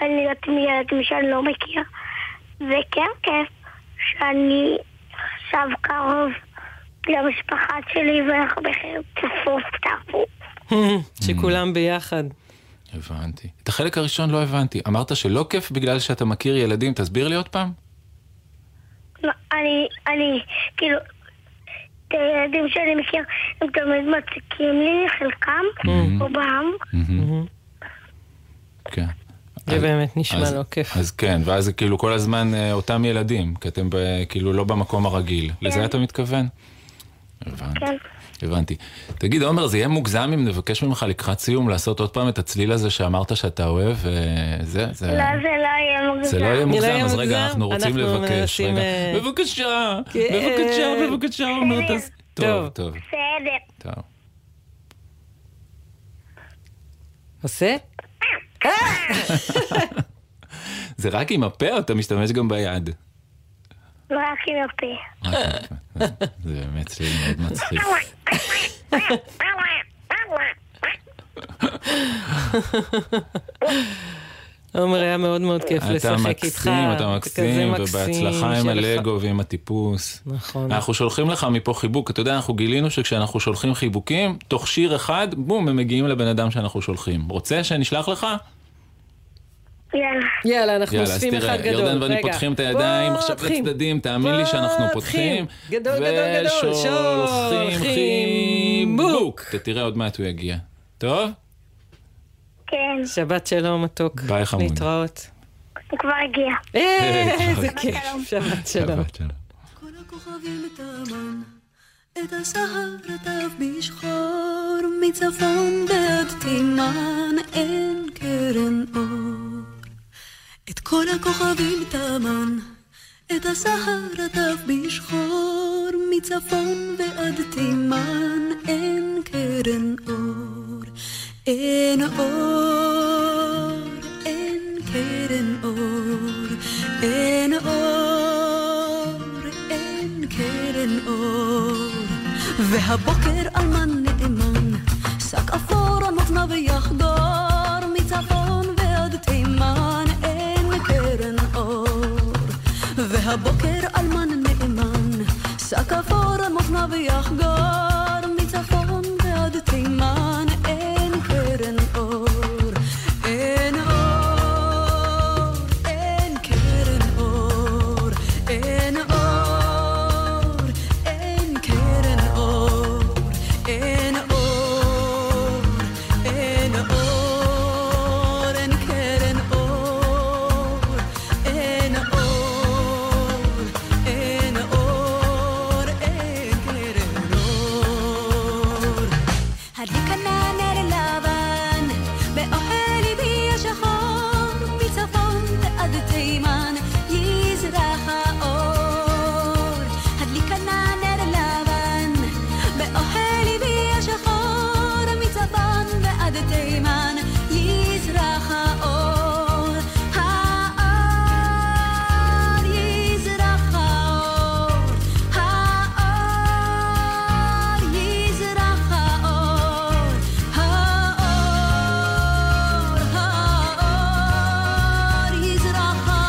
[SPEAKER 8] אני להיות עם ילדים שאני לא מכיר. וכן כיף שאני עכשיו קרוב למשפחה שלי ואנחנו בחיים צפוף צפוף.
[SPEAKER 4] Mm.
[SPEAKER 3] שכולם ביחד.
[SPEAKER 4] הבנתי. את החלק הראשון לא הבנתי. אמרת שלא כיף בגלל שאתה מכיר ילדים, תסביר לי עוד פעם.
[SPEAKER 8] לא, אני, אני, כאילו, את הילדים שאני מכיר, הם תמיד מציקים לי, חלקם,
[SPEAKER 4] Mm-hmm.
[SPEAKER 8] רובם.
[SPEAKER 4] כן.
[SPEAKER 3] זה
[SPEAKER 4] אז-
[SPEAKER 3] באמת נשמע
[SPEAKER 4] אז-
[SPEAKER 3] לא כיף.
[SPEAKER 4] אז כן, ואז זה כאילו כל הזמן אה, אותם ילדים, כי אתם ב- כאילו לא במקום הרגיל. לזה אתה מתכוון? הבנתי.
[SPEAKER 8] כן.
[SPEAKER 4] הבנתי. תגיד, עומר, זה יהיה מוגזם אם נבקש ממך לקראת סיום לעשות עוד פעם את הצליל הזה שאמרת שאתה אוהב, וזה, זה...
[SPEAKER 8] לא, זה לא יהיה
[SPEAKER 4] אה. זה לא יהיה
[SPEAKER 8] מוגזם.
[SPEAKER 4] מוגזם,
[SPEAKER 3] יהיה
[SPEAKER 4] אז
[SPEAKER 3] מוגזם.
[SPEAKER 4] רגע, אנחנו רוצים
[SPEAKER 3] אנחנו
[SPEAKER 4] לבקש.
[SPEAKER 3] מנסים,
[SPEAKER 4] רגע.
[SPEAKER 3] אה,
[SPEAKER 4] בבקשה,
[SPEAKER 3] כן.
[SPEAKER 4] בבקשה, בבקשה, עומר,
[SPEAKER 8] כן.
[SPEAKER 4] תעשי... טוב,
[SPEAKER 3] טוב.
[SPEAKER 4] טוב,
[SPEAKER 8] בסדר.
[SPEAKER 4] טוב.
[SPEAKER 3] עושה?
[SPEAKER 4] זה רק עם הפה או אתה משתמש גם ביד?
[SPEAKER 8] רק עם הפה.
[SPEAKER 4] רק עם הפה. זה באמת צליל מאוד מצחיק.
[SPEAKER 8] לא,
[SPEAKER 3] עומר, היה מאוד מאוד כיף
[SPEAKER 4] אתה
[SPEAKER 3] לשחק איתך.
[SPEAKER 4] מקסים, אתה מקסים,
[SPEAKER 3] כזה מקסים
[SPEAKER 4] ובהצלחה עם
[SPEAKER 3] שלך.
[SPEAKER 4] הלגו אה, ועם הטיפוס.
[SPEAKER 3] נכון.
[SPEAKER 4] אנחנו שולחים לך מפה חיבוק, אתה יודע, אנחנו גילינו שכשאנחנו שולחים חיבוקים, תוך שיר אחד, בום, הם מגיעים לבן אדם שאנחנו שולחים. רוצה שנשלח לך?
[SPEAKER 8] יאללה.
[SPEAKER 3] יאללה, אנחנו
[SPEAKER 4] יאללה, אז
[SPEAKER 3] אוספים
[SPEAKER 4] תראה,
[SPEAKER 3] אחד גדול.
[SPEAKER 4] ירדן ואני
[SPEAKER 3] רגע.
[SPEAKER 4] פותחים את הידיים עכשיו
[SPEAKER 3] פותחים.
[SPEAKER 4] לצדדים, תאמין לי שאנחנו
[SPEAKER 3] פותחים.
[SPEAKER 4] פותחים.
[SPEAKER 3] גדול, גדול, גדול.
[SPEAKER 4] ושולחים
[SPEAKER 3] שולחים
[SPEAKER 4] חיבוק. אתה תראה עוד מעט הוא יגיע. טוב?
[SPEAKER 8] כן,
[SPEAKER 3] שבת שלום, מתוק.
[SPEAKER 4] ביי, חמוד.
[SPEAKER 3] להתראות.
[SPEAKER 8] הוא כבר הגיע.
[SPEAKER 3] אה, איזה
[SPEAKER 4] שבת
[SPEAKER 3] כיף. שבת שלום.
[SPEAKER 4] שבת שלום.
[SPEAKER 9] כל הכוכבים את המן, את הסהר רטב בשחור, מצפון ועד תימן אין קרן אור. את כל הכוכבים את המן, את הסהר רטב בשחור, מצפון ועד תימן אין קרן אור. אין אור, אין קרן אור, אין אור, אין קרן אור. והבוקר אלמן נאמן, שק אפור עמוק נא ויחדור, מצפון ועד תימן אין קרן אור. והבוקר אלמן נאמן, שק אפור עמוק נא ויחגור, מצפון ועד תימן אין קרן אור. אין אור, אין קרן אור, אין אור, אין קרן אור, אין אור, אין אור, אין קרן אור, אין אור, אין אור, אין קרן אור. הדליק ענן נר לבן, באוהל ליבי השחור, מצפון ועד תימן יזרח האור. הדליק ענן נר לבן, באוהל ליבי השחור, מצפון ועד תימן יזרח האור. האור יזרח האור, האור יזרח האור, האור, האור יזרח האור, האור, האור יזרח האור.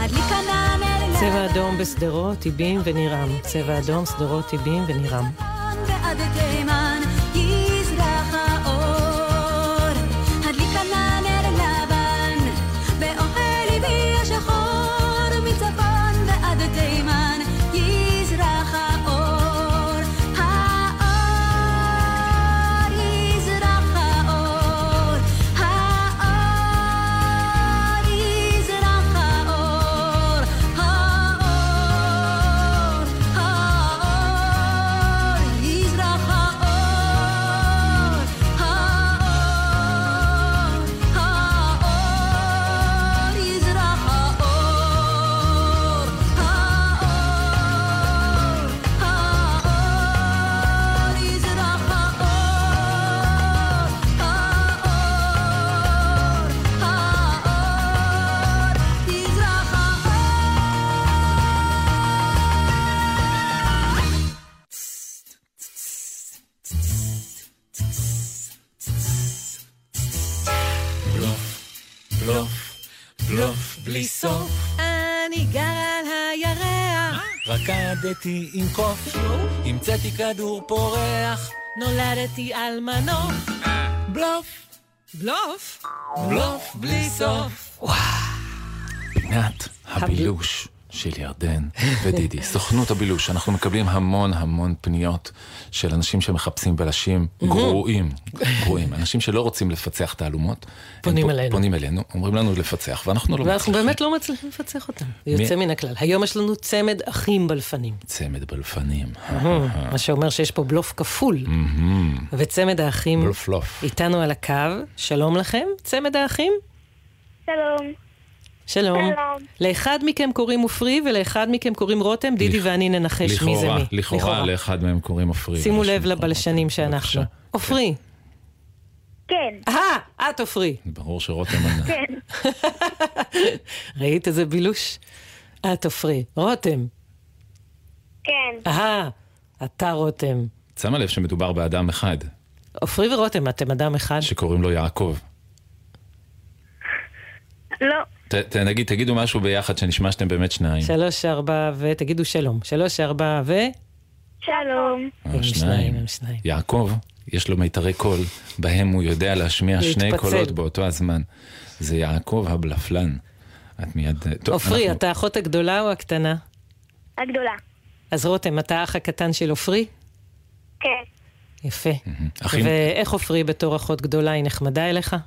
[SPEAKER 9] הדליקה נא נר לבן.
[SPEAKER 3] צבע אדום בשדרות, טיבים ונירם. צבע אדום, שדרות, טיבים ונירם.
[SPEAKER 9] ועד תימן יזרח האור. הדליקה נא נר לבן, באוהל ליבי השחור, מצפון ועד תימן יזרח האור. האור יזרח האור, האור יזרח האור, האור, האור יזרח האור, האור, האור יזרח האור, האור, האור יזרח האור, האור, האור יזרח האור.
[SPEAKER 2] בלוף, בלוף בלי סוף,
[SPEAKER 9] אני גר על הירח,
[SPEAKER 2] רקדתי עם קוף, המצאתי כדור פורח,
[SPEAKER 9] נולדתי על מנוף.
[SPEAKER 2] בלוף,
[SPEAKER 9] בלוף?
[SPEAKER 2] בלוף בלי סוף.
[SPEAKER 4] פינת הבילוש של ירדן ודידי. סוכנות הבילוש, אנחנו מקבלים המון המון פניות של אנשים שמחפשים בלשים גרועים, גרועים. אנשים שלא רוצים לפצח תעלומות. הם
[SPEAKER 3] פונים
[SPEAKER 4] פו-
[SPEAKER 3] אלינו.
[SPEAKER 4] פונים אלינו, אומרים לנו לפצח, ואנחנו לא
[SPEAKER 3] ואנחנו
[SPEAKER 4] מצליחים.
[SPEAKER 3] באמת לא מצליחים לפצח אותם. יוצא מן הכלל. היום יש לנו צמד אחים בלפנים.
[SPEAKER 4] צמד בלפנים. אה?
[SPEAKER 3] מה שאומר שיש פה בלוף כפול. וצמד האחים
[SPEAKER 4] בלוף לוף.
[SPEAKER 3] איתנו על הקו. שלום לכם, צמד האחים.
[SPEAKER 8] שלום.
[SPEAKER 3] שלום.
[SPEAKER 8] שלום.
[SPEAKER 3] לאחד מכם קוראים עופרי ולאחד מכם קוראים רותם, דידי
[SPEAKER 4] לכ-
[SPEAKER 3] ואני ננחש מי זה
[SPEAKER 4] לכאורה,
[SPEAKER 3] מי.
[SPEAKER 4] לכאורה לאחד מהם קוראים עופרי.
[SPEAKER 3] שימו
[SPEAKER 4] ולשני
[SPEAKER 3] לב
[SPEAKER 4] קוראים
[SPEAKER 3] לבלשנים
[SPEAKER 4] עופרי.
[SPEAKER 3] שאנחנו.
[SPEAKER 4] בבקשה.
[SPEAKER 3] עופרי.
[SPEAKER 8] כן,
[SPEAKER 3] אה, את עופרי.
[SPEAKER 4] ברור שרותם...
[SPEAKER 8] כן.
[SPEAKER 3] ראית איזה בילוש? את עופרי. רותם.
[SPEAKER 8] כן.
[SPEAKER 3] אה, אתה רותם.
[SPEAKER 4] את שמה לב שמדובר באדם אחד,
[SPEAKER 3] עופרי ורותם, אתם אדם אחד.
[SPEAKER 4] שקוראים לו יעקב.
[SPEAKER 8] לא.
[SPEAKER 4] ת- ת- נגיד, תגידו משהו ביחד שנשמע שאתם באמת שניים.
[SPEAKER 3] שלוש, ארבע, ו... תגידו שלום. שלוש, ארבע, ו...
[SPEAKER 8] שלום.
[SPEAKER 4] אה,
[SPEAKER 3] הם שניים, הם שניים.
[SPEAKER 4] יעקב, יש לו מיתרי קול, בהם הוא יודע להשמיע שני
[SPEAKER 3] להתפצל.
[SPEAKER 4] קולות באותו הזמן. זה יעקב הבלפלן. את מיד... טוב,
[SPEAKER 3] עופרי,
[SPEAKER 4] אנחנו-
[SPEAKER 3] אתה האחות הגדולה או הקטנה?
[SPEAKER 8] הגדולה.
[SPEAKER 3] אז רותם, אתה האח הקטן של עופרי?
[SPEAKER 8] כן.
[SPEAKER 3] יפה.
[SPEAKER 4] אחים.
[SPEAKER 3] ואיך עופרי בתור אחות גדולה, היא נחמדה אליך?
[SPEAKER 8] אה,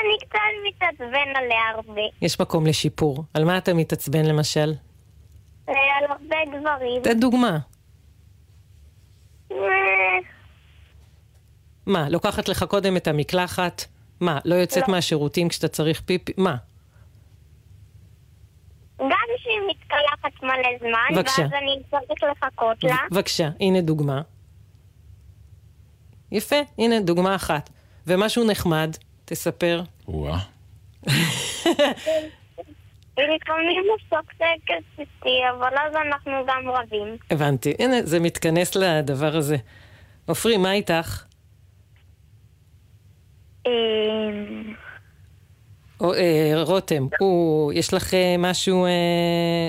[SPEAKER 8] אני קצת מתעצבן עליה הרבה.
[SPEAKER 3] יש מקום לשיפור. על מה אתה מתעצבן למשל?
[SPEAKER 8] אה, על הרבה דברים.
[SPEAKER 3] תן דוגמה.
[SPEAKER 8] אה,
[SPEAKER 3] מה, לוקחת לך קודם את המקלחת? מה, לא יוצאת מהשירותים כשאתה צריך פיפי? מה?
[SPEAKER 8] גם שהיא מתקלחת מלא זמן,
[SPEAKER 3] בבקשה.
[SPEAKER 8] ואז אני צריך לחכות לה.
[SPEAKER 3] בבקשה, הנה דוגמה. יפה, הנה דוגמה אחת. ומשהו נחמד, תספר.
[SPEAKER 4] וואה.
[SPEAKER 8] ולפעמים הוא סוקסק איתי, אבל אז אנחנו גם רבים.
[SPEAKER 3] הבנתי. הנה, זה מתכנס לדבר הזה. עופרי, מה איתך?
[SPEAKER 8] אה,
[SPEAKER 3] או, אה, רותם, הוא, יש לך אה, משהו אה,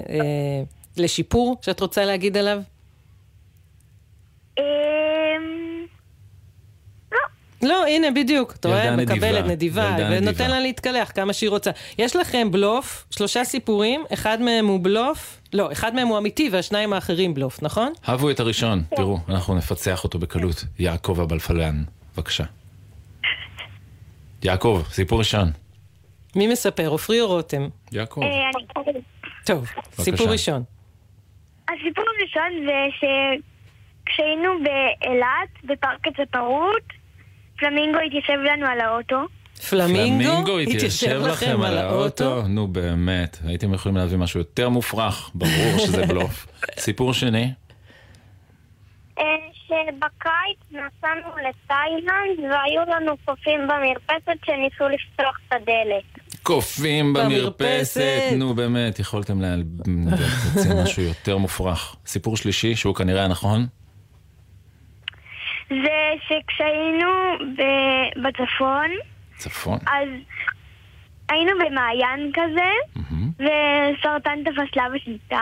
[SPEAKER 3] אה, לשיפור שאת רוצה להגיד עליו?
[SPEAKER 8] אמ,
[SPEAKER 3] לא, הנה, בדיוק. אתה
[SPEAKER 4] ילדה
[SPEAKER 3] רואה,
[SPEAKER 4] נדיבה.
[SPEAKER 3] מקבלת נדיבה,
[SPEAKER 4] ילדה נדיבה.
[SPEAKER 3] ונותן לה להתקלח כמה שהיא רוצה. יש לכם בלוף, שלושה סיפורים, אחד מהם הוא בלוף, לא, אחד מהם הוא אמיתי והשניים האחרים בלוף, נכון?
[SPEAKER 4] הבו את הראשון, תראו, אנחנו נפצח אותו בקלות. יעקב הבלפלן, בבקשה. יעקב, סיפור ראשון.
[SPEAKER 3] מי מספר, עופרי או רותם?
[SPEAKER 4] יעקב.
[SPEAKER 8] אה, אני-
[SPEAKER 3] טוב, סיפור ראשון.
[SPEAKER 8] הסיפור הראשון זה שכשהיינו באילת, בפארק הצפרות, פלמינגו התיישב לנו על האוטו.
[SPEAKER 3] פלמינגו התיישב לכם על האוטו.
[SPEAKER 4] נו באמת, הייתם יכולים להביא משהו יותר מופרך, ברור שזה בלוף. סיפור שני,
[SPEAKER 8] אה, שבקיץ נסענו לתאילנד והיו לנו קופים במרפסת שניסו לפתוח את הדלת.
[SPEAKER 4] קופים במרפסת,
[SPEAKER 3] במרפסת.
[SPEAKER 4] נו באמת, יכולתם להל- להוציא משהו יותר מופרך. סיפור שלישי, שהוא כנראה הנכון,
[SPEAKER 8] זה שכשהיינו ב- בצפון,
[SPEAKER 4] צפון.
[SPEAKER 8] אז היינו במעיין כזה, וסרטן תפס לאבא שלי את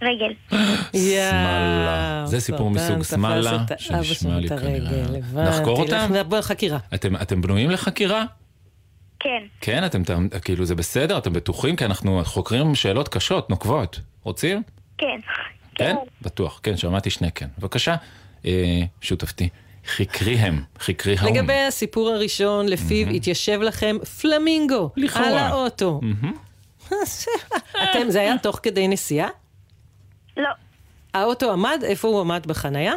[SPEAKER 8] הרגל.
[SPEAKER 3] יאו,
[SPEAKER 4] שמאלה. זה סיפור
[SPEAKER 3] סרטן
[SPEAKER 4] מסוג
[SPEAKER 3] תפס
[SPEAKER 4] שמאלה,
[SPEAKER 3] את האבא
[SPEAKER 4] שנשמע
[SPEAKER 3] שם
[SPEAKER 4] לי
[SPEAKER 3] את
[SPEAKER 4] כנראה-
[SPEAKER 3] הרגל, הבנתי.
[SPEAKER 4] נחקור אותם?
[SPEAKER 3] לך נדבר חקירה.
[SPEAKER 4] אתם- אתם בנויים לחקירה?
[SPEAKER 8] כן,
[SPEAKER 4] כן, אתם תעמ- כאילו זה בסדר, אתם בטוחים, כי אנחנו חוקרים שאלות קשות, נוקבות. רוצים?
[SPEAKER 8] כן.
[SPEAKER 4] כן? בטוח, כן, שמעתי שני כן. בבקשה, אה, שותפתי. חקרי הם, חקרי האום.
[SPEAKER 3] לגבי הסיפור הראשון, לפיו התיישב לכם פלמינגו
[SPEAKER 4] לכאורה.
[SPEAKER 3] על האוטו. אתם, זה היה תוך כדי נסיעה?
[SPEAKER 8] לא,
[SPEAKER 3] האוטו עמד, איפה הוא עמד בחנייה?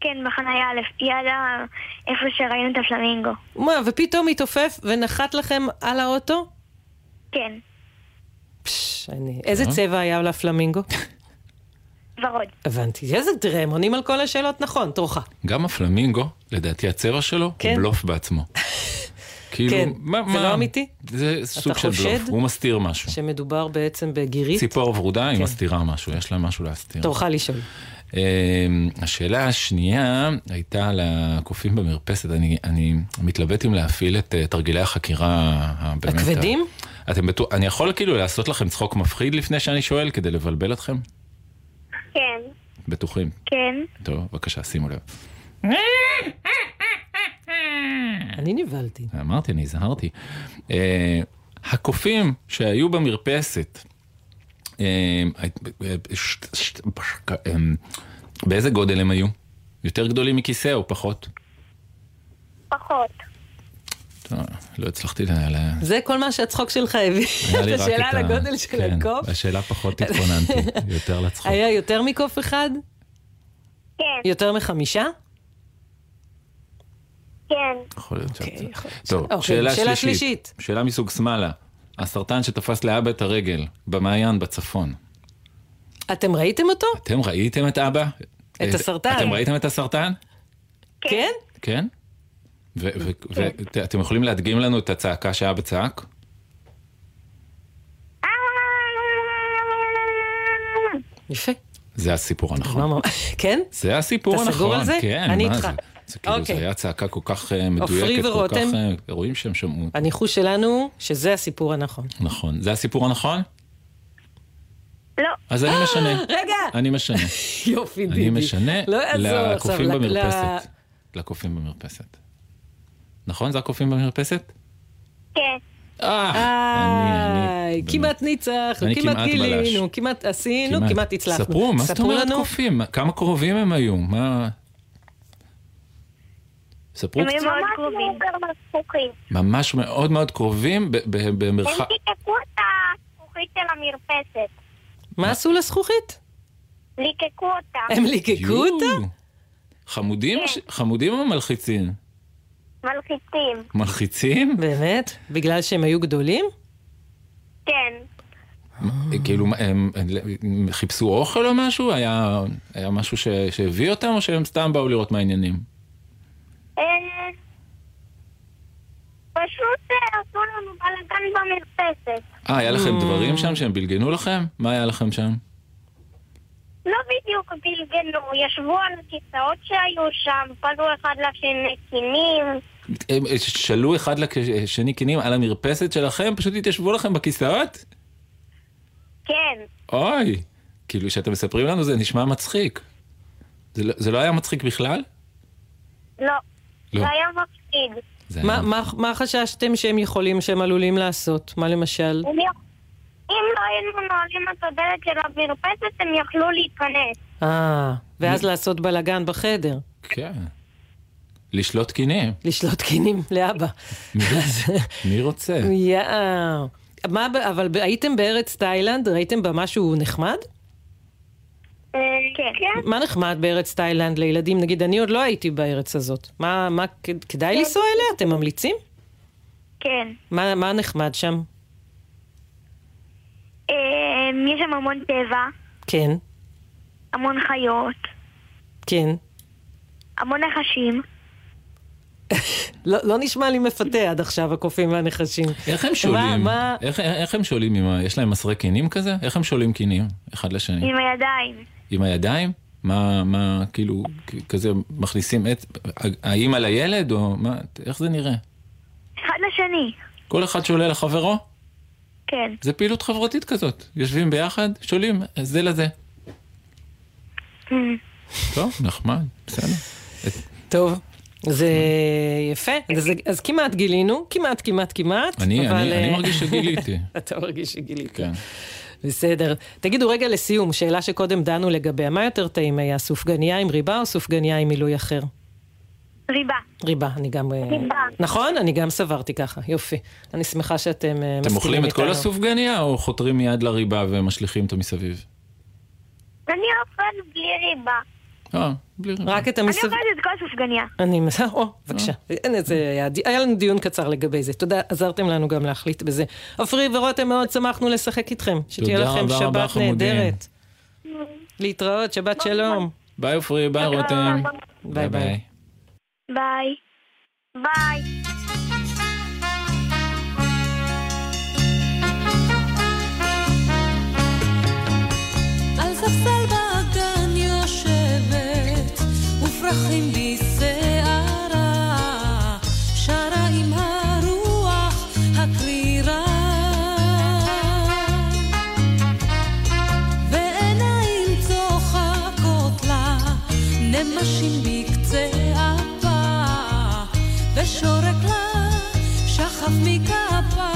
[SPEAKER 8] כן, בחניה א', יד ה- איפה שראינו את הפלמינגו.
[SPEAKER 3] מה, ופתאום התעופף ונחת לכם על האוטו?
[SPEAKER 8] כן,
[SPEAKER 3] פש, אני... איזה
[SPEAKER 4] כן.
[SPEAKER 3] צבע היה לפלמינגו?
[SPEAKER 8] ורוד.
[SPEAKER 3] הבנתי. איזה תראה, הם עונים על כל השאלות נכון, תורך.
[SPEAKER 4] גם הפלמינגו, לדעתי הצבע שלו,
[SPEAKER 3] כן.
[SPEAKER 4] הוא בלוף בעצמו. כאילו,
[SPEAKER 3] כן.
[SPEAKER 4] מה,
[SPEAKER 3] זה
[SPEAKER 4] מה-
[SPEAKER 3] לא אמיתי?
[SPEAKER 4] זה סוג של
[SPEAKER 3] חושד?
[SPEAKER 4] בלוף, הוא מסתיר משהו.
[SPEAKER 3] שמדובר בעצם בגירית.
[SPEAKER 4] ציפור ורודה,
[SPEAKER 3] כן.
[SPEAKER 4] היא מסתירה משהו, יש לה משהו להסתיר.
[SPEAKER 3] תורך לשאול.
[SPEAKER 4] אה, השאלה השנייה הייתה על הקופים במרפסת. אני, אני מתלבט אם להפעיל את אה, תרגילי החקירה ה- באמת... ה-
[SPEAKER 3] הכבדים?
[SPEAKER 4] אתם בטוח... אני יכול כאילו לעשות לכם צחוק מפחיד לפני שאני שואל, כדי לבלבל אתכם?
[SPEAKER 8] כן,
[SPEAKER 4] בטוחים.
[SPEAKER 8] כן.
[SPEAKER 4] טוב, בבקשה, שימו לב.
[SPEAKER 3] אני נבהלתי.
[SPEAKER 4] אמרתי, אני הזהרתי. אה, הקופים שהיו במרפסת, אה, אה, ש- ש- אה, באיזה גודל הם היו? יותר גדולים מכיסא או פחות?
[SPEAKER 8] פחות.
[SPEAKER 4] אה, לא הצלחתי לה... לה-
[SPEAKER 3] זה כל מה שהצחוק שלך הביא,
[SPEAKER 4] היה לי
[SPEAKER 3] את
[SPEAKER 4] רק
[SPEAKER 3] השאלה
[SPEAKER 4] את
[SPEAKER 3] על
[SPEAKER 4] ה-
[SPEAKER 3] הגודל של
[SPEAKER 4] כן,
[SPEAKER 3] הקוף.
[SPEAKER 4] השאלה פחות התכוננתי, יותר לצחוק.
[SPEAKER 3] היה אוקיי, יותר מקוף אחד?
[SPEAKER 8] כן,
[SPEAKER 3] יותר מחמישה?
[SPEAKER 8] כן.
[SPEAKER 4] יכול להיות שאת...
[SPEAKER 3] אוקיי, יכול להיות.
[SPEAKER 4] טוב,
[SPEAKER 3] אוקיי,
[SPEAKER 4] שאלה
[SPEAKER 3] שאלה
[SPEAKER 4] שלישית.
[SPEAKER 3] שלישית.
[SPEAKER 4] שאלה מסוג שמאלה. הסרטן שתפס לאבא את הרגל, במעיין, בצפון.
[SPEAKER 3] אתם ראיתם אותו?
[SPEAKER 4] אתם ראיתם את אבא? אה,
[SPEAKER 3] הסרטן.
[SPEAKER 4] אתם ראיתם את הסרטן?
[SPEAKER 3] כן?
[SPEAKER 4] כן? ואתם יכולים להדגים לנו את הצעקה שאבא צעק?
[SPEAKER 8] אה!
[SPEAKER 3] יפה.
[SPEAKER 4] זה הסיפור הנכון.
[SPEAKER 3] אמרנו- כן?
[SPEAKER 4] זה הסיפור
[SPEAKER 3] אתה
[SPEAKER 4] הנכון.
[SPEAKER 3] סגור על זה?
[SPEAKER 4] כן,
[SPEAKER 3] אני
[SPEAKER 4] מה
[SPEAKER 3] איתך.
[SPEAKER 4] זה? זה כאילו, זה
[SPEAKER 3] אוקיי.
[SPEAKER 4] היה צעקה כל כך אה,
[SPEAKER 3] עופרי
[SPEAKER 4] מדויקת, כל כך...
[SPEAKER 3] ורותם.
[SPEAKER 4] אה, רואים שהם שמעו.
[SPEAKER 3] הניחוש שלנו, שזה הסיפור הנכון.
[SPEAKER 4] נכון. זה הסיפור הנכון?
[SPEAKER 8] לא.
[SPEAKER 4] אז אני משנה.
[SPEAKER 3] רגע!
[SPEAKER 4] אני משנה.
[SPEAKER 3] יופי, דידי.
[SPEAKER 4] אני משנה
[SPEAKER 3] לא יעזור עכשיו,
[SPEAKER 4] לקופים
[SPEAKER 3] ל- ל-
[SPEAKER 4] במרפסת. לקופים במרפסת. נכון? זה הקופים במרפסת?
[SPEAKER 8] כן.
[SPEAKER 4] אה, אני, אני...
[SPEAKER 3] איי, כמעט ניצח,
[SPEAKER 4] אני
[SPEAKER 3] כמעט
[SPEAKER 4] כמעט
[SPEAKER 3] גילינו, כמעט
[SPEAKER 4] באמת,
[SPEAKER 3] עשינו, כאילו כמעט הצלחנו.
[SPEAKER 4] ספרו, מה זאת אומרת
[SPEAKER 3] לנו.
[SPEAKER 4] קופים? כמה קרובים הם היו? מה... ספרו
[SPEAKER 8] הם היו
[SPEAKER 4] קצת.
[SPEAKER 8] מאוד קרובים.
[SPEAKER 4] ממש מאוד מאוד קרובים ב- ב-
[SPEAKER 8] הם
[SPEAKER 4] במרחק...
[SPEAKER 8] תיקקו את הזכוכית של המרפסת.
[SPEAKER 3] מה עשו לזכוכית?
[SPEAKER 8] ליקקו אותה.
[SPEAKER 3] הם ליקקו
[SPEAKER 4] יואו.
[SPEAKER 3] אותה?
[SPEAKER 4] חמודים,
[SPEAKER 8] כן.
[SPEAKER 4] ש- חמודים או מלחיצים?
[SPEAKER 8] מלחיצים.
[SPEAKER 4] מלחיצים?
[SPEAKER 3] באמת? בגלל שהם היו גדולים?
[SPEAKER 8] כן.
[SPEAKER 4] כאילו, מה, הם, הם חיפשו אוכל או משהו? היה, היה משהו ש, שהביא אותם, או שהם סתם באו לראות מה העניינים?
[SPEAKER 8] אה, פשוט אה, עשו לנו בלאגן במרפסת.
[SPEAKER 4] אה, היה
[SPEAKER 3] Mm.
[SPEAKER 4] לכם דברים שם שהם בלגנו לכם? מה היה לכם שם?
[SPEAKER 8] לא בדיוק בלגנו, ישבו על הכיסאות שהיו שם, פנו אחד לשני קינים.
[SPEAKER 4] הם שלו אחד לשני קינים על המרפסת שלכם, פשוט התיישבו לכם בכיסאות?
[SPEAKER 8] כן,
[SPEAKER 4] אוי, כאילו, כשאתם מספרים לנו זה נשמע מצחיק. זה לא, זה לא היה מצחיק בכלל?
[SPEAKER 8] לא.
[SPEAKER 4] לא.
[SPEAKER 8] זה היה מפחיד.
[SPEAKER 4] זה
[SPEAKER 3] מה-
[SPEAKER 4] היה...
[SPEAKER 3] מה- מה חששתם שהם יכולים, שהם עלולים לעשות? מה למשל?
[SPEAKER 8] הם יכ- אם לא היינו נועלים את הדלת של המרפסת, הם יכלו להיכנס.
[SPEAKER 3] אה, ואז לעשות בלאגן בחדר.
[SPEAKER 4] כן. לשלוט קינים,
[SPEAKER 3] לשלוט קינים לאבא.
[SPEAKER 4] מי רוצה?
[SPEAKER 3] יואו. מה, ב- אבל ב- הייתם בארץ תאילנד? ראיתם בה משהו נחמד?
[SPEAKER 8] אה, כן.
[SPEAKER 3] מה נחמד בארץ תאילנד לילדים? נגיד, אני עוד לא הייתי בארץ הזאת. מה, מה, כ- כדאי לנסוע אליה? אתם ממליצים?
[SPEAKER 8] כן.
[SPEAKER 3] מה מה נחמד שם?
[SPEAKER 8] אה, יש שם המון טבע,
[SPEAKER 3] כן,
[SPEAKER 8] המון חיות,
[SPEAKER 3] כן.
[SPEAKER 8] המון נחשים.
[SPEAKER 3] לא, לא נשמע לי מפתה עד עכשיו, הקופים והנחשים.
[SPEAKER 4] איך הם שולים?
[SPEAKER 3] מה-
[SPEAKER 4] איך, איך הם שולים? עם ה... יש להם מסרי קינים כזה? איך הם שולים קינים אחד לשני?
[SPEAKER 8] עם הידיים.
[SPEAKER 4] עם הידיים? מה, מה, כאילו, כ- כזה מכניסים את... האימא לילד או מה? איך זה נראה?
[SPEAKER 8] אחד לשני.
[SPEAKER 4] כל אחד שולל לחברו?
[SPEAKER 8] כן.
[SPEAKER 4] זה פעילות חברתית כזאת. יושבים ביחד, שולים זה לזה. טוב, נחמד, בסדר.
[SPEAKER 3] טוב. זה יפה, אז, אז כמעט גילינו, כמעט, כמעט, כמעט.
[SPEAKER 4] אני,
[SPEAKER 3] אבל,
[SPEAKER 4] אני, אני
[SPEAKER 3] אה, לא
[SPEAKER 4] מרגיש שגיליתי.
[SPEAKER 3] אתה מרגיש שגילית.
[SPEAKER 4] כן.
[SPEAKER 3] בסדר. תגידו רגע לסיום, שאלה שקודם דנו לגביה, מה יותר טעים היה, סופגניה עם ריבה או סופגניה עם מילוי אחר?
[SPEAKER 8] ריבה.
[SPEAKER 3] ריבה, אני גם... אה,
[SPEAKER 8] ריבה.
[SPEAKER 3] נכון? אני גם סברתי ככה, יופי. אני שמחה שאתם אה, מסכימים איתנו.
[SPEAKER 4] אתם אוכלים את כל הסופגניה או חותרים מיד לריבה ומשליכים אותה מסביב?
[SPEAKER 8] אני אוכל בלי ריבה.
[SPEAKER 4] אה, בלי ריבה.
[SPEAKER 3] רק את
[SPEAKER 8] אני
[SPEAKER 3] המסב...
[SPEAKER 8] אוכלת את כל הסופגניה.
[SPEAKER 3] אני מנסה, או, בבקשה.
[SPEAKER 4] אה.
[SPEAKER 3] אין, זה היה, די- היה לנו דיון קצר לגבי זה. תודה, עזרתם לנו גם להחליט בזה. עפרי ורותם, מאוד שמחנו לשחק איתכם. שתהיה
[SPEAKER 4] תודה
[SPEAKER 3] לכם
[SPEAKER 4] רבה רבה,
[SPEAKER 3] שבת
[SPEAKER 4] חמודים.
[SPEAKER 3] נהדרת.
[SPEAKER 8] אה.
[SPEAKER 3] להתראות, שבת שלום.
[SPEAKER 4] ביי עופרי, ביי רותם.
[SPEAKER 3] ביי ביי.
[SPEAKER 8] ביי. ביי.
[SPEAKER 9] על ספסל באגן יושבת, ופרחים בשערה, שרה עם הרוח הקרירה. ועיניים צוחקות לה, נמשים בקצה אפה, ושורק לה שחף מכפה.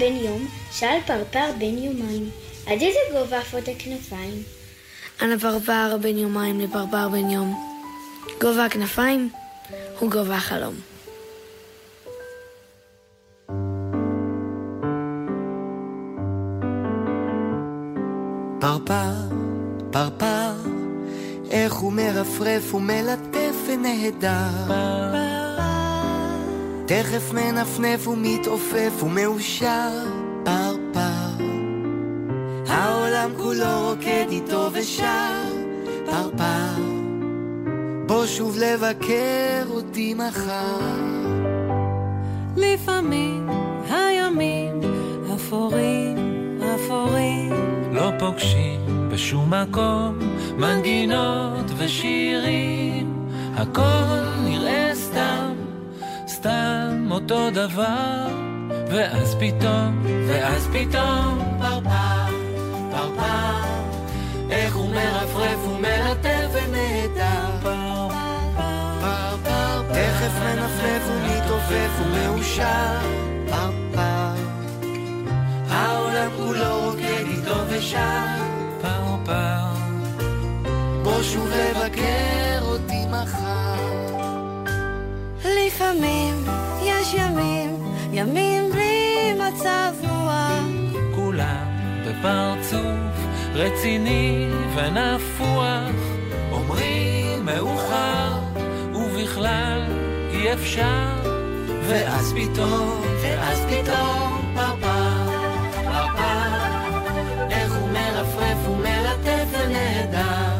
[SPEAKER 10] יום שאל פרפר בן יומיים, עד איזה גובה עפות הכנפיים?
[SPEAKER 8] על הברבר בן יומיים לברבר בן יום. גובה הכנפיים הוא גובה החלום.
[SPEAKER 11] פרפר, פרפר, איך הוא מרפרף ומלטף ונהדר. תכף מנפנף ומתעופף ומאושר, פרפר. העולם כולו רוקד איתו ושר, פרפר. בוא שוב לבקר אותי מחר.
[SPEAKER 7] לפעמים הימים אפורים, אפורים.
[SPEAKER 2] לא פוגשים בשום מקום מנגינות ושירים. הכל נראה סתם, סתם אותו דבר. ואז פתאום, ואז פתאום, פרפר, פרפר, איך הוא מרפרף ומלטף ונהדר. פרפר,
[SPEAKER 11] תכף מנפנף ומתעופף ומאושר, פרפר. העולם כולו רוקד איתו ושר, פרפר. בוא שוב לבקר אותי מחר.
[SPEAKER 7] לפעמים יש ימים, ימים בלי מצב רוח.
[SPEAKER 2] כולם בפרצוף רציני ונפוח, אומרים מאוחר, ובכלל אי אפשר. ואז פתאום, ואז פתאום, פרפר, פרפר, איך הוא מרפרף ומלטף ונהדר.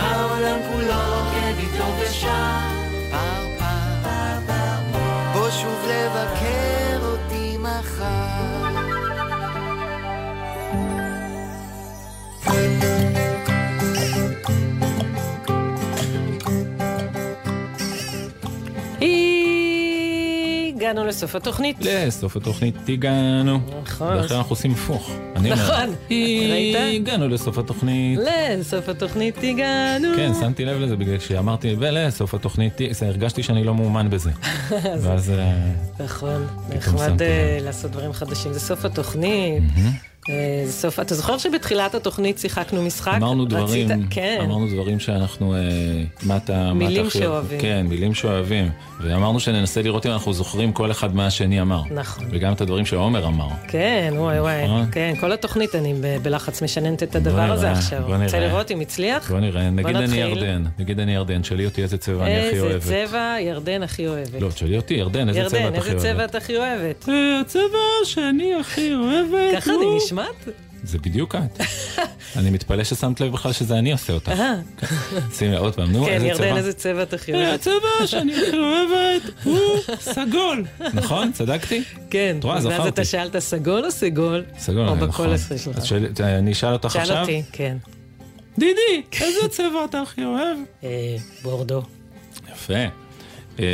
[SPEAKER 11] העולם כולו רוקד איתו ושר, פרפר. בוא שוב לבקר אותי מחר.
[SPEAKER 3] הגענו לסוף התוכנית.
[SPEAKER 4] לסוף התוכנית הגענו.
[SPEAKER 3] נכון.
[SPEAKER 4] ואחרי אנחנו עושים הפוך. אני אומר,
[SPEAKER 3] נכון. ראית?
[SPEAKER 4] הגענו לסוף התוכנית.
[SPEAKER 3] לסוף התוכנית הגענו.
[SPEAKER 4] כן, שמתי לב לזה בגלל שאמרתי, ולסוף התוכנית, זה, הרגשתי שאני לא מאומן בזה.
[SPEAKER 3] אז
[SPEAKER 4] ואז... אה,
[SPEAKER 3] נכון,
[SPEAKER 4] פתאום
[SPEAKER 3] נחמד
[SPEAKER 4] שמתי
[SPEAKER 3] אה, לעשות דברים חדשים. זה סוף התוכנית. אה, זה סוף... אתה זוכר שבתחילת התוכנית שיחקנו משחק?
[SPEAKER 4] אמרנו
[SPEAKER 3] רצית-
[SPEAKER 4] דברים,
[SPEAKER 3] כן.
[SPEAKER 4] אמרנו דברים שאנחנו, אה, מה אתה, מה אתה
[SPEAKER 3] מילים
[SPEAKER 4] הכי-
[SPEAKER 3] שאוהבים.
[SPEAKER 4] כן, מילים שאוהבים. ואמרנו שננסה לראות אם אנחנו זוכרים כל אחד מה השני אמר.
[SPEAKER 3] נכון.
[SPEAKER 4] וגם את הדברים שעומר אמר.
[SPEAKER 3] כן, וואי וואי,
[SPEAKER 4] נכון.
[SPEAKER 3] כן, כל התוכנית אני ב- בלחץ משננת את הדבר
[SPEAKER 4] בוא
[SPEAKER 3] הזה
[SPEAKER 4] נראה,
[SPEAKER 3] עכשיו.
[SPEAKER 4] בוא נראה.
[SPEAKER 3] רוצה לראות אם הצליח?
[SPEAKER 4] בוא נראה, נגיד אני
[SPEAKER 3] נתחיל.
[SPEAKER 4] ירדן, נגיד אני ירדן, שלי אותי איזה צבע אני הכי
[SPEAKER 3] איזה
[SPEAKER 4] אוהבת.
[SPEAKER 3] צבע ירדן הכי אוהבת.
[SPEAKER 4] לא, תשאלי אותי, ירדן, איזה צבע
[SPEAKER 3] ירדן,
[SPEAKER 4] את הכי
[SPEAKER 3] איזה
[SPEAKER 4] אוהבת? אה,
[SPEAKER 3] צבע את הכי אוהבת?
[SPEAKER 4] הצבע שאני הכי אוהבת.
[SPEAKER 3] ככה אני נשמעת?
[SPEAKER 4] זה בדיוק את. אני מתפלא ששמת לב בכלל שזה אני עושה אותך.
[SPEAKER 3] אה,
[SPEAKER 4] שימי עוד פעם, נו,
[SPEAKER 3] כן,
[SPEAKER 4] איזה
[SPEAKER 3] ירדן,
[SPEAKER 4] צבע.
[SPEAKER 3] איזה צבע את הכי אוהבת?
[SPEAKER 4] הצבע שאני הכי אוהבת הוא סגול. נכון? צדקתי?
[SPEAKER 3] כן.
[SPEAKER 4] את רואה,
[SPEAKER 3] ואז
[SPEAKER 4] זכרתי.
[SPEAKER 3] אתה שאלת סגול או סגול?
[SPEAKER 4] סגול,
[SPEAKER 3] או
[SPEAKER 4] נכון.
[SPEAKER 3] בקול הזה שלך.
[SPEAKER 4] אז שאל- ת- אני אשאל אותך עכשיו.
[SPEAKER 3] שאל אותי, כן.
[SPEAKER 4] דידי, איזה צבע אתה הכי אוהב?
[SPEAKER 3] אה, בורדו.
[SPEAKER 4] יפה. אה,